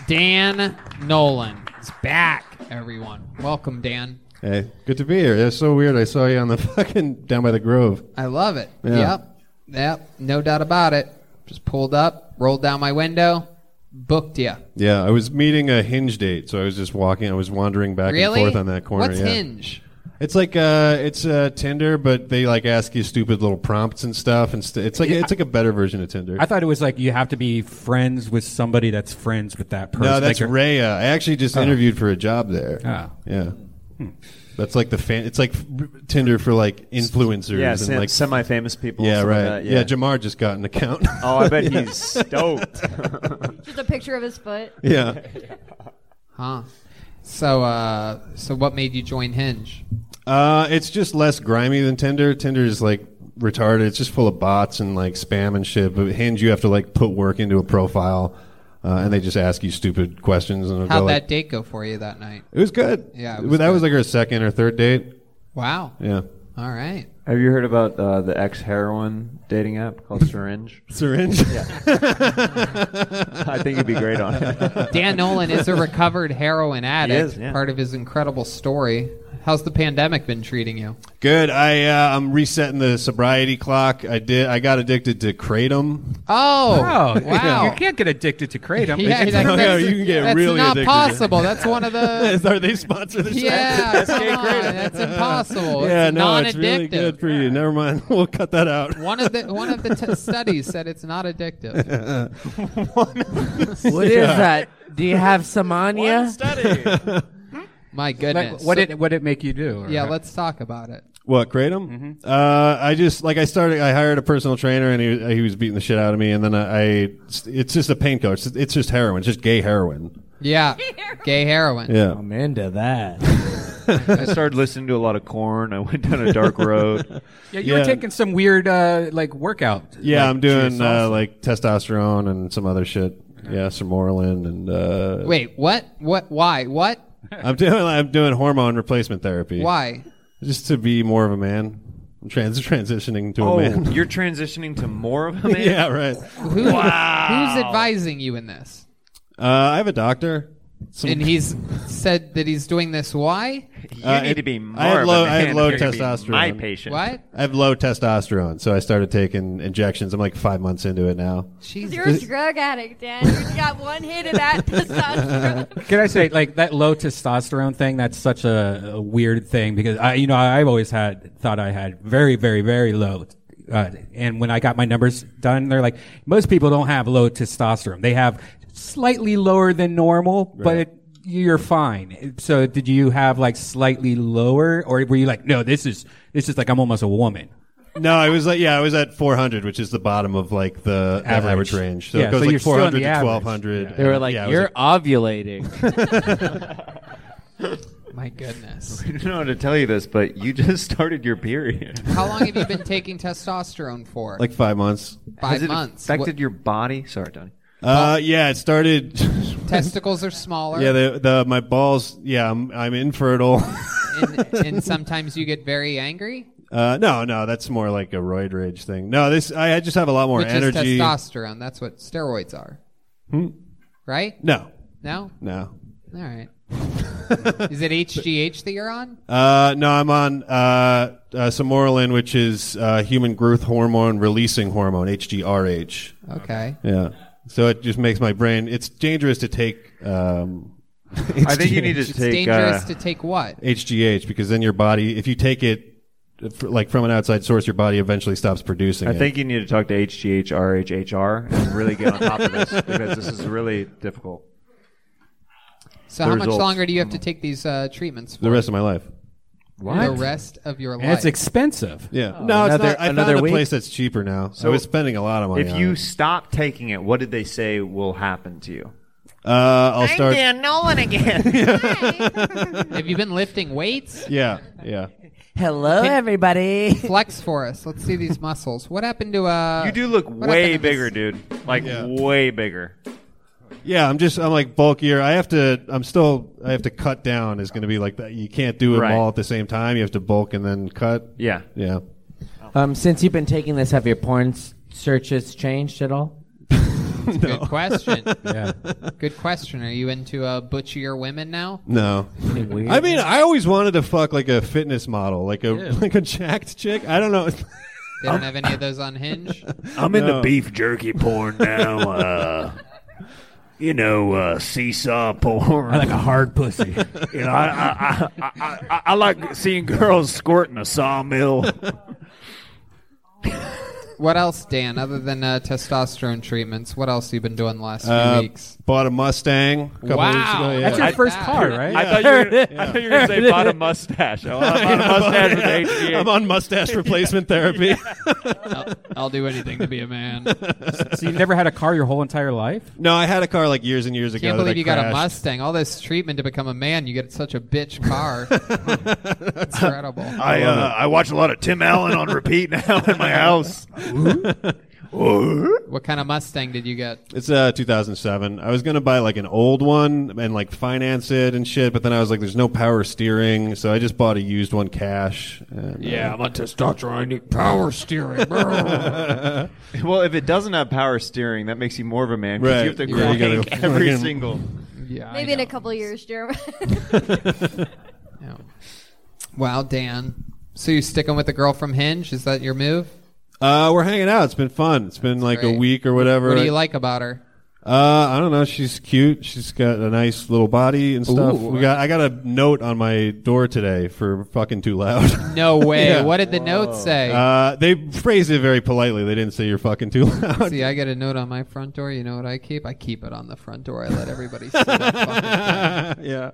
Speaker 3: Dan Nolan is back, everyone. Welcome, Dan.
Speaker 16: hey, good to be here. That's so weird. I saw you on the fucking down by the Grove.
Speaker 3: I love it.
Speaker 16: Yeah.
Speaker 3: Yep. Yep. No doubt about it. Just pulled up, rolled down my window, booked you.
Speaker 16: Yeah, I was meeting a hinge date, so I was just walking. I was wandering back
Speaker 3: Really?
Speaker 16: and forth on that corner.
Speaker 3: What's
Speaker 16: yeah.
Speaker 3: Hinge?
Speaker 16: It's like uh, it's uh, Tinder, but they like ask you stupid little prompts and stuff. And st- it's like it's like a better version of Tinder.
Speaker 2: I thought it was like you have to be friends with somebody that's friends with that person.
Speaker 16: no, that's
Speaker 2: like, a-
Speaker 16: Raya. I actually just
Speaker 2: Oh.
Speaker 16: interviewed for a job there.
Speaker 2: Ah.
Speaker 16: Yeah. That's like the fan. It's like f- Tinder for like influencers
Speaker 4: Yeah,
Speaker 16: and
Speaker 4: sem-
Speaker 16: like
Speaker 4: semi-famous people,
Speaker 16: Yeah,
Speaker 4: something like
Speaker 16: right.
Speaker 4: that,
Speaker 16: yeah.
Speaker 4: yeah.
Speaker 16: Jamar just got an account.
Speaker 4: Oh, I bet
Speaker 16: Yeah.
Speaker 4: he's stoked.
Speaker 5: Just a picture of his foot.
Speaker 16: Yeah.
Speaker 3: Huh. So, uh, so what made you join Hinge?
Speaker 16: Uh, it's just less grimy than Tinder. Tinder is like retarded. It's just full of bots and like spam and shit. But Hinge, you have to like put work into a profile, uh, and they just ask you stupid questions. And
Speaker 3: How'd
Speaker 16: they'll, like,
Speaker 3: that date go for you that night?
Speaker 16: It was good.
Speaker 3: Yeah, it
Speaker 16: It
Speaker 3: was
Speaker 16: was- that was like our second or third date.
Speaker 3: Wow.
Speaker 16: Yeah.
Speaker 3: All right.
Speaker 4: Have you heard about uh, the ex heroin dating app called Syringe?
Speaker 16: Syringe?
Speaker 4: Yeah. I think it'd be great on it.
Speaker 3: Dan Nolan is a recovered heroin addict.
Speaker 4: is, yeah.
Speaker 3: Part of his incredible story. How's the pandemic been treating you?
Speaker 16: Good. I uh, I'm resetting the sobriety clock. I did. I got addicted to kratom.
Speaker 3: Oh,
Speaker 2: Oh,
Speaker 3: wow.
Speaker 2: You can't get addicted to kratom.
Speaker 3: Yeah, that-
Speaker 16: no,
Speaker 3: that's-
Speaker 16: you can get
Speaker 3: that's
Speaker 16: really
Speaker 3: not
Speaker 16: addicted.
Speaker 3: possible. That's one of the.
Speaker 16: Are they sponsored? the show?
Speaker 3: Yeah, come on, that's impossible.
Speaker 16: yeah,
Speaker 3: it's
Speaker 16: no,
Speaker 3: non-addictive.
Speaker 16: it's really good for you. Never mind. We'll cut that out.
Speaker 3: One of the one of the t- studies said it's not addictive.
Speaker 6: What is
Speaker 3: Yeah.
Speaker 6: that? Do you have samania?
Speaker 3: My goodness.
Speaker 2: what did- what did it make you do, or
Speaker 3: Yeah,
Speaker 2: how-
Speaker 3: let's talk about it.
Speaker 16: What kratom?
Speaker 4: Mm-hmm.
Speaker 16: Uh, I just like I started. I hired a personal trainer, and he he was beating the shit out of me. And then I, I it's just a painkiller. It's, it's just heroin. It's just gay heroin.
Speaker 3: Yeah, gay heroin.
Speaker 16: Yeah.
Speaker 6: I'm into that.
Speaker 4: I started listening to a lot of corn. I went down a dark road.
Speaker 2: Yeah, you were taking some weird uh, like workout.
Speaker 16: Yeah,
Speaker 2: like,
Speaker 16: I'm doing
Speaker 2: juice
Speaker 16: uh,
Speaker 2: also.
Speaker 16: like testosterone and some other shit. Yeah, some Morlin and uh,
Speaker 3: Wait, what? What? Why? What?
Speaker 16: I'm doing I'm doing hormone replacement therapy.
Speaker 3: Why?
Speaker 16: Just to be more of a man. I'm trans transitioning to
Speaker 4: oh,
Speaker 16: a man.
Speaker 4: you're transitioning to more of a man.
Speaker 16: Yeah, right.
Speaker 3: Who,
Speaker 4: Wow.
Speaker 3: Who's advising you in this?
Speaker 16: Uh, I have a doctor. Some-
Speaker 3: And he's said that he's doing this. Why?
Speaker 4: You
Speaker 16: Uh,
Speaker 4: need
Speaker 16: it-
Speaker 4: to be more
Speaker 16: I have
Speaker 4: of
Speaker 16: low,
Speaker 4: a man.
Speaker 16: I have low
Speaker 4: You're gonna be
Speaker 16: testosterone.
Speaker 4: My patient.
Speaker 3: What?
Speaker 16: I have low testosterone, so I started taking injections. I'm like five months into it now.
Speaker 5: You're a drug addict, Dan. You got one hit of that
Speaker 16: uh,
Speaker 5: testosterone.
Speaker 2: Can I say like that low testosterone thing? That's such a, a weird thing because I, you know, I've always had thought I had very, very, very low. Uh, and when I got my numbers done, they're like most people don't have low testosterone. They have slightly lower than normal, but it, you're fine. So did you have like slightly lower, or were you like, no, this is this is like I'm almost a woman?
Speaker 16: No, I was like, yeah, I was at 400, which is the bottom of like the the
Speaker 2: Average.
Speaker 16: average, range. So
Speaker 2: Yeah,
Speaker 16: it goes
Speaker 2: so you're
Speaker 16: like
Speaker 2: still in
Speaker 16: 400
Speaker 2: the
Speaker 16: to
Speaker 2: average.
Speaker 16: 1200.
Speaker 2: Yeah.
Speaker 6: They were like,
Speaker 16: Yeah, I was
Speaker 6: "You're ovulating."
Speaker 3: My goodness.
Speaker 4: I don't know how to tell you this, but you just started your period.
Speaker 3: How long have you been taking testosterone for?
Speaker 16: Like five months.
Speaker 3: Five
Speaker 4: Has it
Speaker 3: months.
Speaker 4: Affected
Speaker 3: What-
Speaker 4: your body? Sorry, Tony.
Speaker 16: Uh, yeah, it started.
Speaker 3: Testicles are smaller.
Speaker 16: yeah, the, the my balls. Yeah, I'm I'm infertile.
Speaker 3: and, and sometimes you get very angry,
Speaker 16: Uh, no, no, that's more like a roid rage thing. No, this I, I just have a lot more
Speaker 3: which
Speaker 16: energy.
Speaker 3: is testosterone. That's what steroids are.
Speaker 16: Hmm?
Speaker 3: Right?
Speaker 16: No.
Speaker 3: No?
Speaker 16: No.
Speaker 3: All right. is it HGH that you're on?
Speaker 16: Uh, no, I'm on uh, uh, Samorolin, which is uh, human growth hormone releasing hormone, HGRH.
Speaker 3: Okay.
Speaker 16: Yeah. So it just makes my brain. It's dangerous to take. Um,
Speaker 4: I think you need to
Speaker 16: HGH.
Speaker 4: It's take,
Speaker 3: dangerous uh, to take what?
Speaker 16: HGH, because then your body, if you take it, uh, fr- like from an outside source, your body eventually stops producing
Speaker 4: I
Speaker 16: it.
Speaker 4: think you need to talk to HGH, RH, HR, and really get on top of this because this is really difficult.
Speaker 3: So
Speaker 16: The
Speaker 3: how much
Speaker 16: results.
Speaker 3: longer do you
Speaker 16: Mm-hmm.
Speaker 3: have to take these uh, treatments? For?
Speaker 16: The rest of my life.
Speaker 3: The rest of your life.
Speaker 2: it's expensive.
Speaker 16: Yeah.
Speaker 3: Oh.
Speaker 16: no, it's
Speaker 4: Another-
Speaker 16: not. I found
Speaker 4: another
Speaker 16: a
Speaker 4: week?
Speaker 16: place that's cheaper now. I was spending a lot of money.
Speaker 4: If
Speaker 16: on
Speaker 4: you
Speaker 16: it.
Speaker 4: stop taking it, what did they say will happen to you?
Speaker 16: uh, I'll start.
Speaker 3: Nolan again. have you been lifting weights?
Speaker 16: Yeah, yeah.
Speaker 6: Hello, everybody.
Speaker 3: Flex for us. Let's see these muscles. What happened to uh?
Speaker 4: You do look
Speaker 3: what
Speaker 4: way
Speaker 3: happened to
Speaker 4: bigger, dude. Like way bigger.
Speaker 16: Yeah, I'm just I'm like bulkier. I have to. I'm still. I have to cut down. Is going to be like that. You can't do them
Speaker 6: Right.
Speaker 16: all at the same time. You have to bulk and then cut.
Speaker 4: Yeah.
Speaker 16: Yeah.
Speaker 6: Um, since you've been taking this, have your porn s- searches changed at all?
Speaker 3: That's a Good question. Good question. Are you into uh, butchier women now?
Speaker 16: No.
Speaker 6: weird?
Speaker 16: I mean, I always wanted to fuck like a fitness model, like a
Speaker 3: Ew.
Speaker 16: like a jacked chick. I don't know.
Speaker 3: They don't have any of those on Hinge.
Speaker 17: I'm into
Speaker 16: No.
Speaker 17: beef jerky porn now. Uh, you know, uh, seesaw porn.
Speaker 18: I like a hard pussy.
Speaker 17: you know, I, I, I, I, I, I like seeing girls squirting a sawmill.
Speaker 3: What else, Dan? Other than uh, testosterone treatments, what else you been doing the last few
Speaker 16: Uh,
Speaker 3: weeks?
Speaker 16: bought a Mustang. A couple
Speaker 3: Wow.
Speaker 16: weeks ago. Yeah.
Speaker 3: That's your I- first car,
Speaker 4: right? I thought you were- I thought you were gonna say bought a mustache. I bought a mustache with HGH.
Speaker 16: I'm on mustache replacement therapy.
Speaker 3: I'll, I'll do anything to be a man.
Speaker 2: so you've never had a car your whole entire life?
Speaker 16: No, I had a car like years and years ago.
Speaker 3: Can't
Speaker 16: that I
Speaker 3: believe you got a
Speaker 16: crashed.
Speaker 3: Mustang. All this treatment to become a man, you get such a bitch car. That's incredible.
Speaker 17: I uh, I watch a lot of Tim Allen on repeat now in my house.
Speaker 3: what kind of Mustang did you get?
Speaker 16: It's uh 2007. I was gonna buy like an old one and like finance it and shit, but then I was like, "There's no power steering," so I just bought a used one cash. And, uh,
Speaker 18: Yeah, I'm a testosterone power steering. Brr.
Speaker 4: well, if it doesn't have power steering, that makes you more of a man because
Speaker 16: Right.
Speaker 4: you have to
Speaker 16: Yeah, you gotta
Speaker 4: crank every
Speaker 16: fucking-
Speaker 4: single.
Speaker 3: Yeah.
Speaker 5: Maybe in a couple years, Jeremy.
Speaker 3: Wow, Dan. So you're sticking with the girl from Hinge? Is that your move?
Speaker 16: Uh, we're hanging out. It's been fun. It's been like
Speaker 3: great.
Speaker 16: a week or whatever.
Speaker 3: What do you like about her?
Speaker 16: Uh, I don't know. She's cute. She's got a nice little body and stuff.
Speaker 3: Ooh.
Speaker 16: We got. I got a note on my door today for fucking too loud.
Speaker 3: No way.
Speaker 16: Yeah.
Speaker 3: What did the note say?
Speaker 16: Uh, they phrased it very politely. They didn't say you're fucking too loud.
Speaker 3: See, I get a note on my front door. You know what I keep? I keep it on the front door. I let everybody see. yeah.
Speaker 2: Yeah,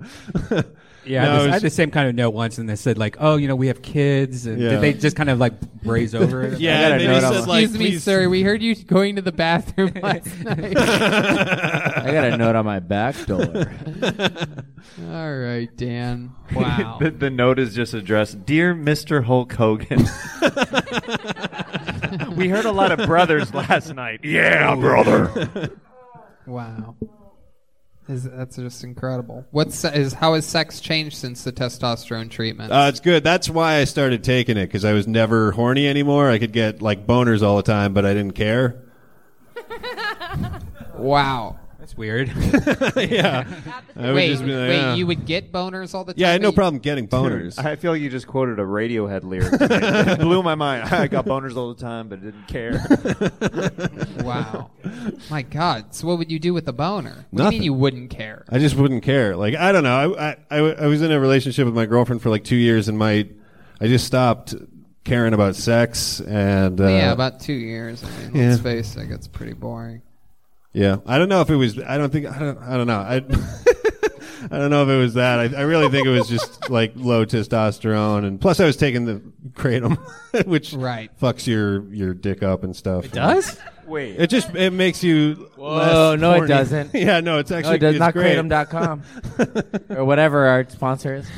Speaker 2: I, had
Speaker 16: No, it
Speaker 2: the- I
Speaker 16: was-
Speaker 2: had the same kind of note once, and they said like, "Oh, you know, we have kids," and
Speaker 16: Yeah.
Speaker 2: did they just kind of like braze over it.
Speaker 16: Yeah, I got a they note just on said, my- like,
Speaker 3: Excuse me,
Speaker 16: please-
Speaker 3: sir. We heard you going to the bathroom last night.
Speaker 19: I got a note on my back door.
Speaker 3: All right, Dan. Wow.
Speaker 4: the, the note is just addressed, dear Mr. Hulk Hogan. Uh, we heard a lot of brothers last night.
Speaker 17: Yeah, brother.
Speaker 3: wow. Is, that's just incredible. What's is how has sex changed since the testosterone treatment?
Speaker 16: Uh, it's good. That's why I started taking it because I was never horny anymore. I could get like boners all the time, but I didn't care.
Speaker 3: wow.
Speaker 2: That's weird.
Speaker 16: yeah. I would
Speaker 3: wait,
Speaker 16: just be like,
Speaker 3: wait,
Speaker 16: yeah.
Speaker 3: you would get boners all the time?
Speaker 16: Yeah, I had no
Speaker 3: but you-
Speaker 16: problem getting boners.
Speaker 4: I feel like you just quoted a Radiohead lyric. it blew my mind. I got boners all the time, but didn't care.
Speaker 3: Wow. My God. So what would you do with a boner? What do you
Speaker 16: Nothing.
Speaker 3: mean you wouldn't care?
Speaker 16: I just wouldn't care. Like I don't know. I, I, I, I was in a relationship with my girlfriend for like two years, and my I just stopped caring about sex. And uh,
Speaker 3: yeah, about two years. I mean,
Speaker 16: yeah.
Speaker 3: let's face it, it's pretty boring.
Speaker 16: yeah. I don't know if it was. I don't think. I don't. I don't know. I. I don't know if it was that. I, I really think it was just like low testosterone, and plus I was taking the kratom, which
Speaker 3: Right.
Speaker 16: fucks your your dick up and stuff. It
Speaker 6: does?
Speaker 4: Wait.
Speaker 16: It just it makes you.
Speaker 6: Whoa,
Speaker 16: less
Speaker 6: no, it
Speaker 16: horny.
Speaker 6: doesn't.
Speaker 16: yeah, no, it's
Speaker 6: No, it
Speaker 16: actually
Speaker 6: does
Speaker 16: it's
Speaker 6: not.
Speaker 16: great.
Speaker 6: Kratom.com. or whatever our sponsor is.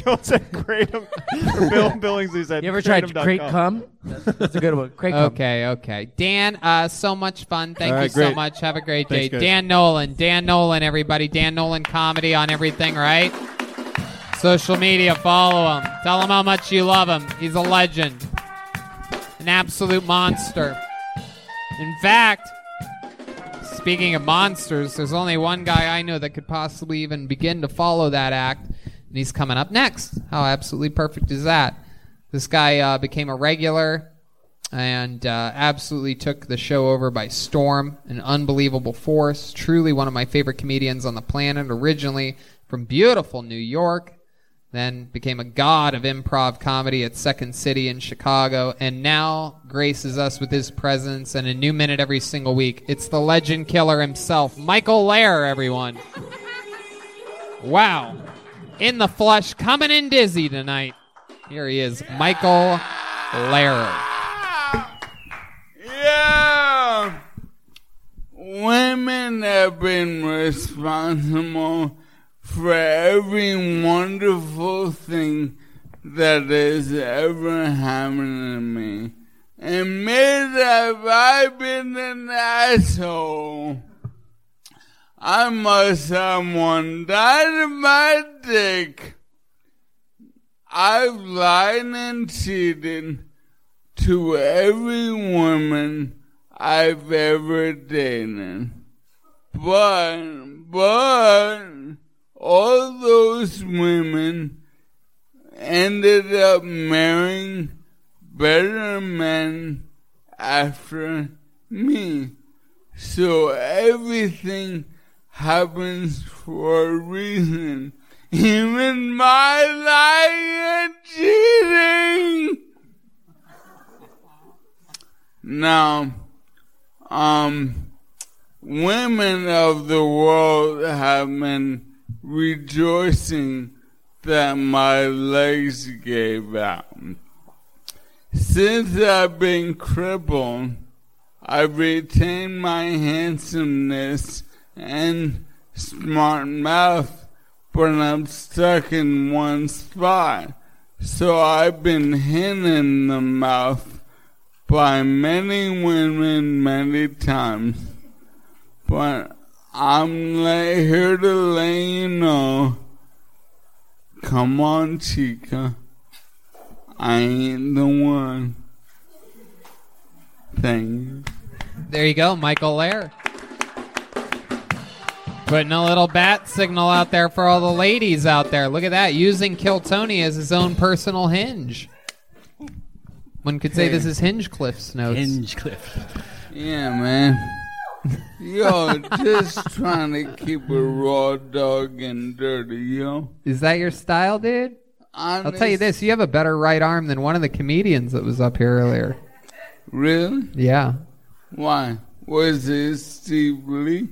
Speaker 4: Jones said Kratom. or Bill Billingsley said
Speaker 6: You ever tried
Speaker 4: Kratom.com.
Speaker 6: Crate Cum? That's, that's a good one. Crate Cum.
Speaker 3: Okay, okay. Dan, uh, so much fun. Thank
Speaker 6: Um, All
Speaker 3: you
Speaker 6: right,
Speaker 3: so
Speaker 6: great.
Speaker 3: much. Have a great
Speaker 6: Thanks,
Speaker 3: day.
Speaker 6: guys.
Speaker 3: Dan Nolan. Dan Nolan, everybody. Dan Nolan comedy on everything, right? Social media, follow him. Tell him how much you love him. He's a legend, an absolute monster. In fact, speaking of monsters, there's only one guy I know that could possibly even begin to follow that act, and he's coming up next. How absolutely perfect is that? This guy uh, became a regular and uh, absolutely took the show over by storm. An unbelievable force. Truly one of my favorite comedians on the planet, originally from beautiful New York. Then became a god of improv comedy at Second City in Chicago, and now graces us with his presence and a new minute every single week. It's the legend killer himself, Michael Lair, everyone. Wow. In the flush, coming in dizzy tonight. Here he is, Michael Lehrer.
Speaker 20: Yeah. Women have been responsible for every wonderful thing that has ever happened to me. And made have I been an asshole. I must have one died in my dick. I've lied and cheated to every woman I've ever dated. But, but, all those women ended up marrying better men after me. So everything happens for a reason. Even my lying and cheating. Now, um, women of the world have been rejoicing that my legs gave out. Since I've been crippled, I've retained my handsomeness and smart mouth, but I'm stuck in one spot. So I've been hidden in the mouth by many women many times. But I'm la- here to let you know. Come on, Chica. I ain't the one. Thank you.
Speaker 3: There you go, Michael Lehrer. Putting a little bat signal out there for all the ladies out there. Look at that, using Kill Tony as his own personal hinge. One could say this is Hinge Cliff's notes. Hinge Cliff.
Speaker 20: Yeah, man. Yo, just trying to keep a raw dog and dirty, yo.
Speaker 3: Is that your style, dude?
Speaker 20: I'm
Speaker 3: I'll tell you this: you have a better right arm than one of the comedians that was up here earlier.
Speaker 20: Really?
Speaker 3: Yeah.
Speaker 20: Why? Was it Steve Lee?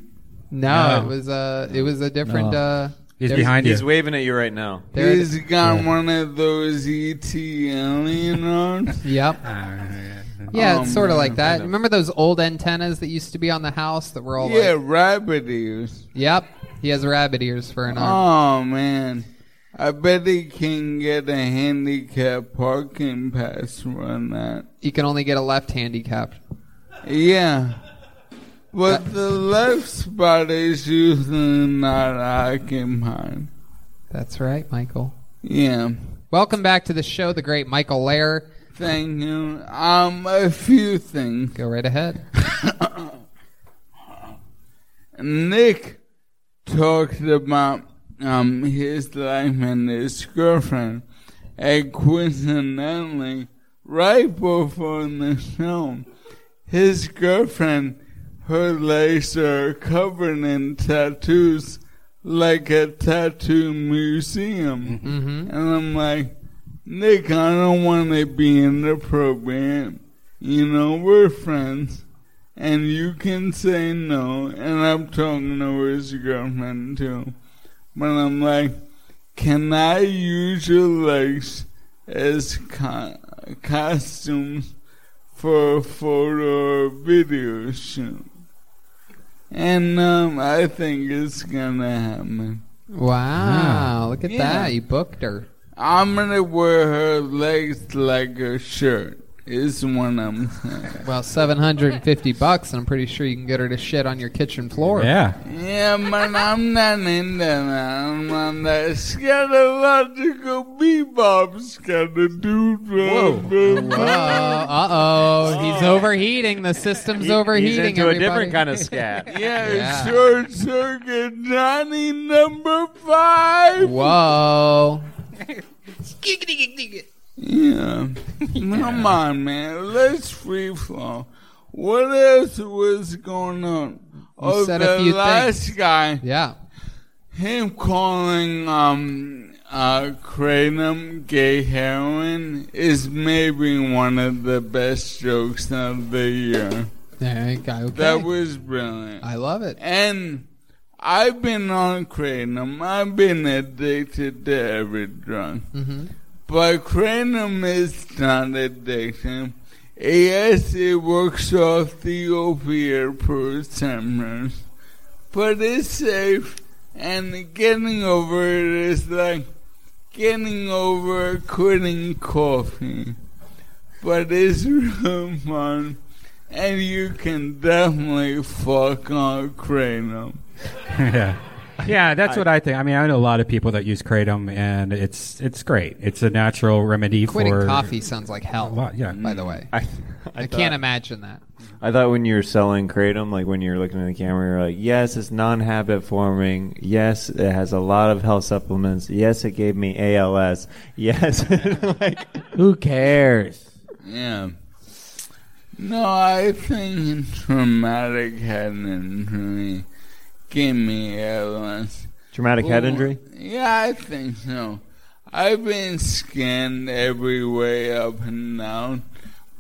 Speaker 3: No, it was uh, it was a different.
Speaker 4: No.
Speaker 3: Uh, different-
Speaker 4: He's waving at you right now.
Speaker 3: There it
Speaker 20: He's got one of those E ET alien arms.
Speaker 3: Yep. Yeah,
Speaker 20: Oh, Um,
Speaker 3: it's sort of like that.
Speaker 20: Yeah,
Speaker 3: Remember those old antennas that used to be on the house that were all like-
Speaker 20: rabbit ears.
Speaker 3: Yep. He has rabbit ears for an arm.
Speaker 20: Oh man, I bet he can get a handicap parking pass on that.
Speaker 3: You can only get a left handicapped.
Speaker 20: Yeah. But the left spot is usually not occupied.
Speaker 3: That's right, Michael.
Speaker 20: Yeah.
Speaker 3: Welcome back to the show, the great Michael Lair.
Speaker 20: Thank you. Um, a few things.
Speaker 3: Go right ahead.
Speaker 20: Nick talked about um his life and his girlfriend, and coincidentally, right before the show, his girlfriend, her legs are covered in tattoos, like a tattoo museum. And I'm like, Nick, I don't want to be inappropriate. You know, we're friends and you can say no. And I'm talking to his girlfriend too. But I'm like, can I use your legs as co- costumes for a photo or video shoot? And um, I think it's gonna happen.
Speaker 3: Wow, look at
Speaker 20: Yeah.
Speaker 3: that. You booked her.
Speaker 20: I'm gonna wear her legs like a shirt. Is one I'm saying.
Speaker 3: Well, 750 bucks, and I'm pretty sure you can get her to shit on your kitchen floor.
Speaker 20: Yeah, but I'm not in that. I'm on that scatological bebops kind of dude. Whoa.
Speaker 3: Uh oh, he's overheating. The system's overheating. everybody.
Speaker 20: Yeah, short circuit Johnny number five.
Speaker 3: Whoa.
Speaker 20: Yeah. Come on, man. Let's free flow. What else was going on? oh,
Speaker 3: said a
Speaker 20: the
Speaker 3: few
Speaker 20: last
Speaker 3: things.
Speaker 20: guy.
Speaker 3: Yeah.
Speaker 20: Him calling um uh kratom gay heroin is maybe one of the best jokes of the year.
Speaker 3: There you go. Okay.
Speaker 20: That was brilliant.
Speaker 3: I love it.
Speaker 20: And I've been on kratom. I've been addicted to every drug.
Speaker 13: Mhm.
Speaker 20: But kratom is not addiction. Yes, it works off the opiate prescriptions, but it's safe. And getting over it is like getting over quitting coffee. But it's real fun, and you can definitely fuck on kratom.
Speaker 2: yeah. Yeah, that's
Speaker 20: I-
Speaker 2: what I think. I mean, I know a lot of people that use kratom, and it's it's great. It's a natural remedy
Speaker 3: Quitting
Speaker 2: for
Speaker 3: coffee sounds like hell.
Speaker 2: yeah.
Speaker 3: By the way,
Speaker 4: I,
Speaker 3: I can't imagine that.
Speaker 4: I thought when you were selling kratom, like when you're looking at the camera, you're like, yes, it's non-habit forming. Yes, it has a lot of health supplements. Yes, it gave me ALS. Yes, like
Speaker 19: who cares?
Speaker 20: Yeah. No, I think traumatic head injury gave me ALS.
Speaker 4: Traumatic head
Speaker 20: Ooh,
Speaker 4: injury?
Speaker 20: Yeah, I think so. I've been scanned every way up and down,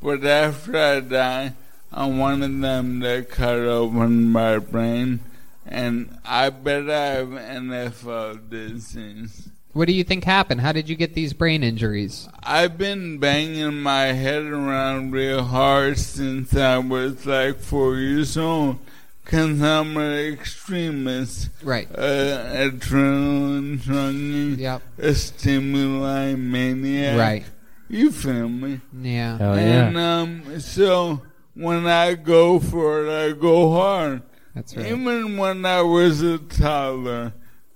Speaker 20: but after I die, I wanted them to cut open my brain, and I bet I have NFL disease.
Speaker 3: What do you think happened? How did you get these brain injuries?
Speaker 20: I've been banging my head around real hard since I was like four years old. Cause I'm an extremist.
Speaker 3: Right.
Speaker 20: Uh, adrenaline junkie.
Speaker 3: Yep.
Speaker 20: A stimuli maniac.
Speaker 3: Right.
Speaker 20: You feel me?
Speaker 3: Yeah.
Speaker 13: Hell yeah.
Speaker 20: and um, so when I go for it, I go hard.
Speaker 3: That's
Speaker 13: right.
Speaker 20: Even when I was a toddler,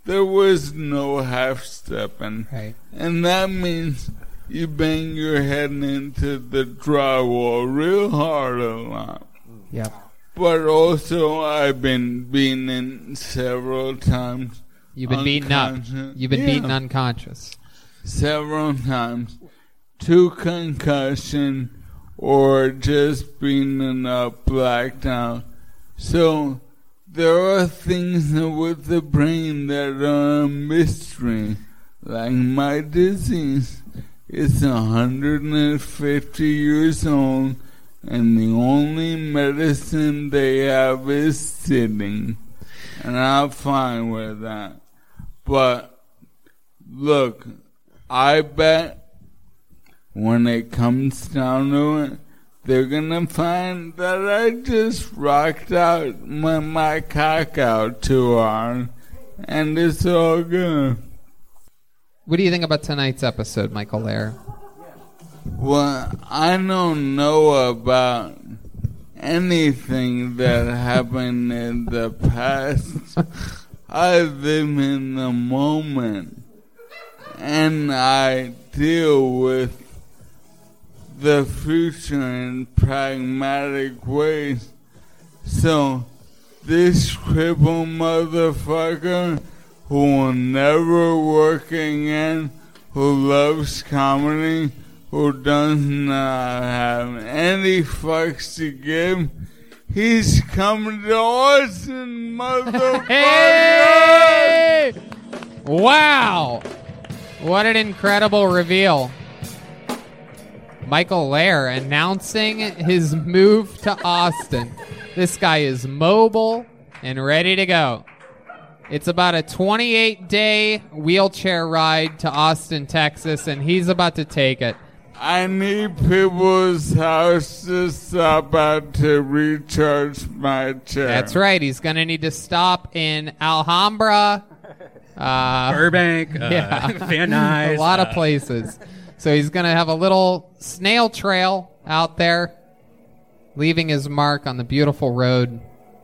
Speaker 20: there was no half stepping.
Speaker 3: Right.
Speaker 20: And that means you bang your head into the drywall real hard a lot.
Speaker 13: Yep.
Speaker 20: But also, I've been beaten several times.
Speaker 3: You've been beaten up.
Speaker 20: unconscious.
Speaker 3: You've been beaten
Speaker 20: Yeah
Speaker 3: unconscious.
Speaker 20: several times to concussion or just being up blacked out. So there are things with the brain that are a mystery. Like my disease is 150 years old and the only medicine they have is sitting. And I'm fine with that. But look, I bet when it comes down to it, they're gonna find that I just rocked out my, my cock out too hard, and it's all good.
Speaker 3: What do you think about tonight's episode, Michael Lair?
Speaker 20: Well, I don't know about anything that happened in the past. I live in the moment and I deal with the future in pragmatic ways. So, this crippled motherfucker who will never work again, who loves comedy, who does not have any fucks to give, he's coming to Austin, motherfucker!
Speaker 3: Wow! What an incredible reveal. Michael Lair announcing his move to Austin. This guy is mobile and ready to go. It's about a 28 day wheelchair ride to Austin, Texas, and he's about to take it.
Speaker 20: I need people's houses about to recharge my chair.
Speaker 3: That's right. He's going to need to stop in Alhambra, uh,
Speaker 2: Burbank, uh, Van Nuys,
Speaker 3: a lot of
Speaker 2: uh,
Speaker 3: places. So he's going to have a little snail trail out there, leaving his mark on the beautiful road.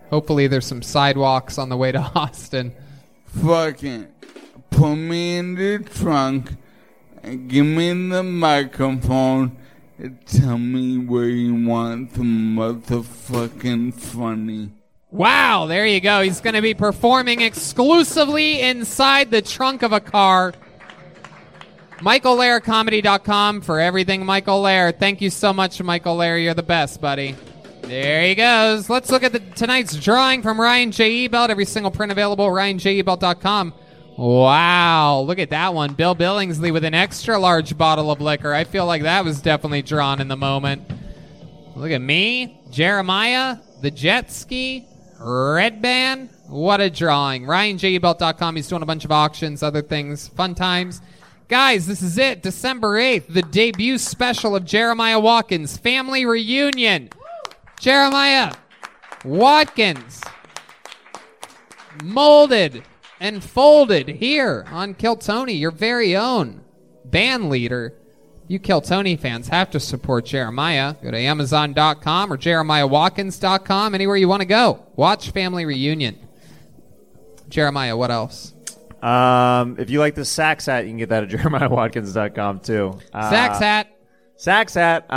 Speaker 3: Hopefully, there's some sidewalks on the way to Austin.
Speaker 20: Fucking put me in the trunk and give me the microphone and tell me where you want the motherfucking funny.
Speaker 3: Wow, there you go. He's going to be performing exclusively inside the trunk of a car. MichaelLairComedy.com for everything Michael Lair. Thank you so much, Michael Lair. You're the best, buddy. There he goes. Let's look at the, tonight's drawing from Ryan J. Ebelt. Every single print available, RyanJEbelt.com. Wow, look at that one. Bill Billingsley with an extra large bottle of liquor. I feel like that was definitely drawn in the moment. Look at me, Jeremiah, the jet ski, Red Band, What a drawing. E RyanJBelt.com. He's doing a bunch of auctions, other things, fun times. Guys, this is it. December 8th, the debut special of Jeremiah Watkins Family Reunion. Jeremiah Watkins molded and folded here on Kiltony, your very own band leader. You Kiltony fans have to support Jeremiah. Go to Amazon.com or JeremiahWatkins.com, anywhere you want to go. Watch Family Reunion. Jeremiah, what else?
Speaker 4: Um, if you like the sax hat, you can get that at jeremiahwatkins.com too. Uh,
Speaker 3: Sax hat.
Speaker 4: Sax hat. Uh,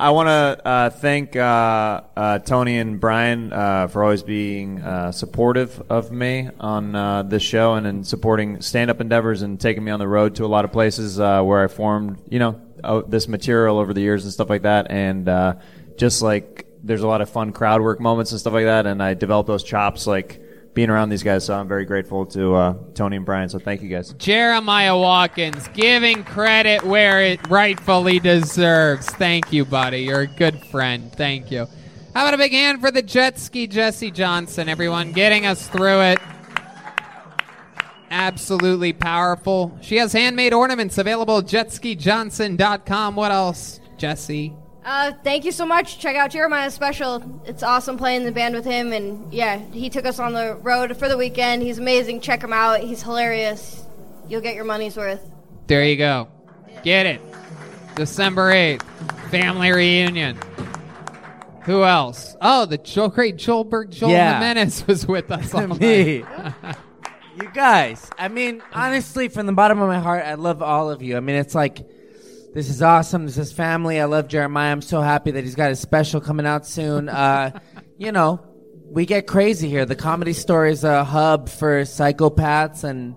Speaker 4: I want to uh, thank uh, uh, Tony and Brian uh, for always being uh, supportive of me on uh, this show and in supporting stand-up endeavors and taking me on the road to a lot of places uh, where I formed, you know, uh, this material over the years and stuff like that. And uh, just like there's a lot of fun crowd work moments and stuff like that. And I developed those chops like being around these guys. So I'm very grateful to uh, Tony and Brian. So thank you guys.
Speaker 3: Jeremiah Watkins, giving credit where it rightfully deserves. Thank you, buddy. You're a good friend. Thank you. How about a big hand for the jet ski Jesse Johnson, everyone, getting us through it. Absolutely powerful. She has handmade ornaments available at jetskijohnson.com. What else, Jesse?
Speaker 5: Uh, thank you so much. Check out Jeremiah's special. It's awesome playing in the band with him, and yeah, he took us on the road for the weekend. He's amazing. Check him out. He's hilarious. You'll get your money's worth.
Speaker 3: There you go. Get it. December 8th, family reunion. Who else? Oh, the Joel, great Joel Berg, Joel
Speaker 6: Yeah.
Speaker 3: Jimenez was with us all
Speaker 6: Me.
Speaker 3: night.
Speaker 6: You guys, I mean, honestly, from the bottom of my heart, I love all of you. I mean, it's like, this is awesome. This is family. I love Jeremiah. I'm so happy that he's got his special coming out soon. Uh, you know, we get crazy here. The comedy store is a hub for psychopaths and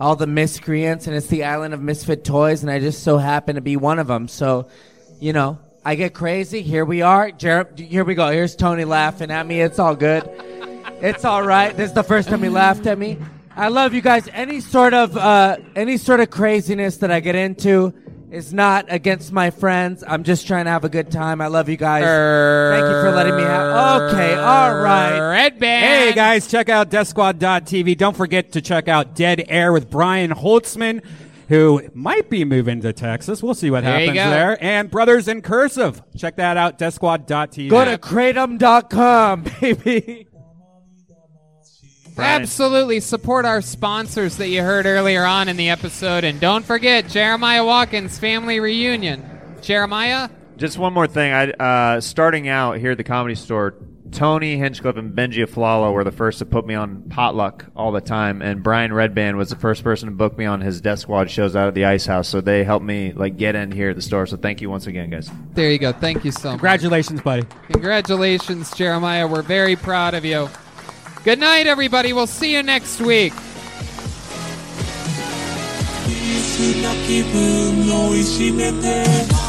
Speaker 6: all the miscreants, and it's the island of misfit toys, and I just so happen to be one of them. So, you know, I get crazy. Here we are. Jer- here we go. Here's Tony laughing at me. It's all good. It's all right. This is the first time he laughed at me. I love you guys. Any sort of uh, any sort of craziness that I get into is not against my friends. I'm just trying to have a good time. I love you guys. Thank you for letting me have. Okay, all right.
Speaker 3: Red band.
Speaker 2: Hey guys, check out DeathSquad.tv. Don't forget to check out Dead Air with Brian Holtzman, who might be moving to Texas. We'll see what
Speaker 6: There you
Speaker 2: happens
Speaker 6: go.
Speaker 2: there. And Brothers in Cursive. Check that out, DeathSquad.tv.
Speaker 6: Go to kratom.com, baby.
Speaker 3: Absolutely support our sponsors that you heard earlier on in the episode. And don't forget Jeremiah Watkins family reunion. Jeremiah?
Speaker 4: Just one more thing. I uh, starting out here at the comedy store. Tony Hinchcliffe and Benji Aflalo were the first to put me on potluck all the time, and Brian Redband was the first person to book me on his Death Squad shows out at the Ice House. So they helped me like get in here at the store. So thank you once again, guys.
Speaker 3: There you go. Thank you so much.
Speaker 2: Congratulations, buddy.
Speaker 3: Congratulations, Jeremiah. We're very proud of you. Good night, everybody. We'll see you next week.
Speaker 21: 気分のいしめて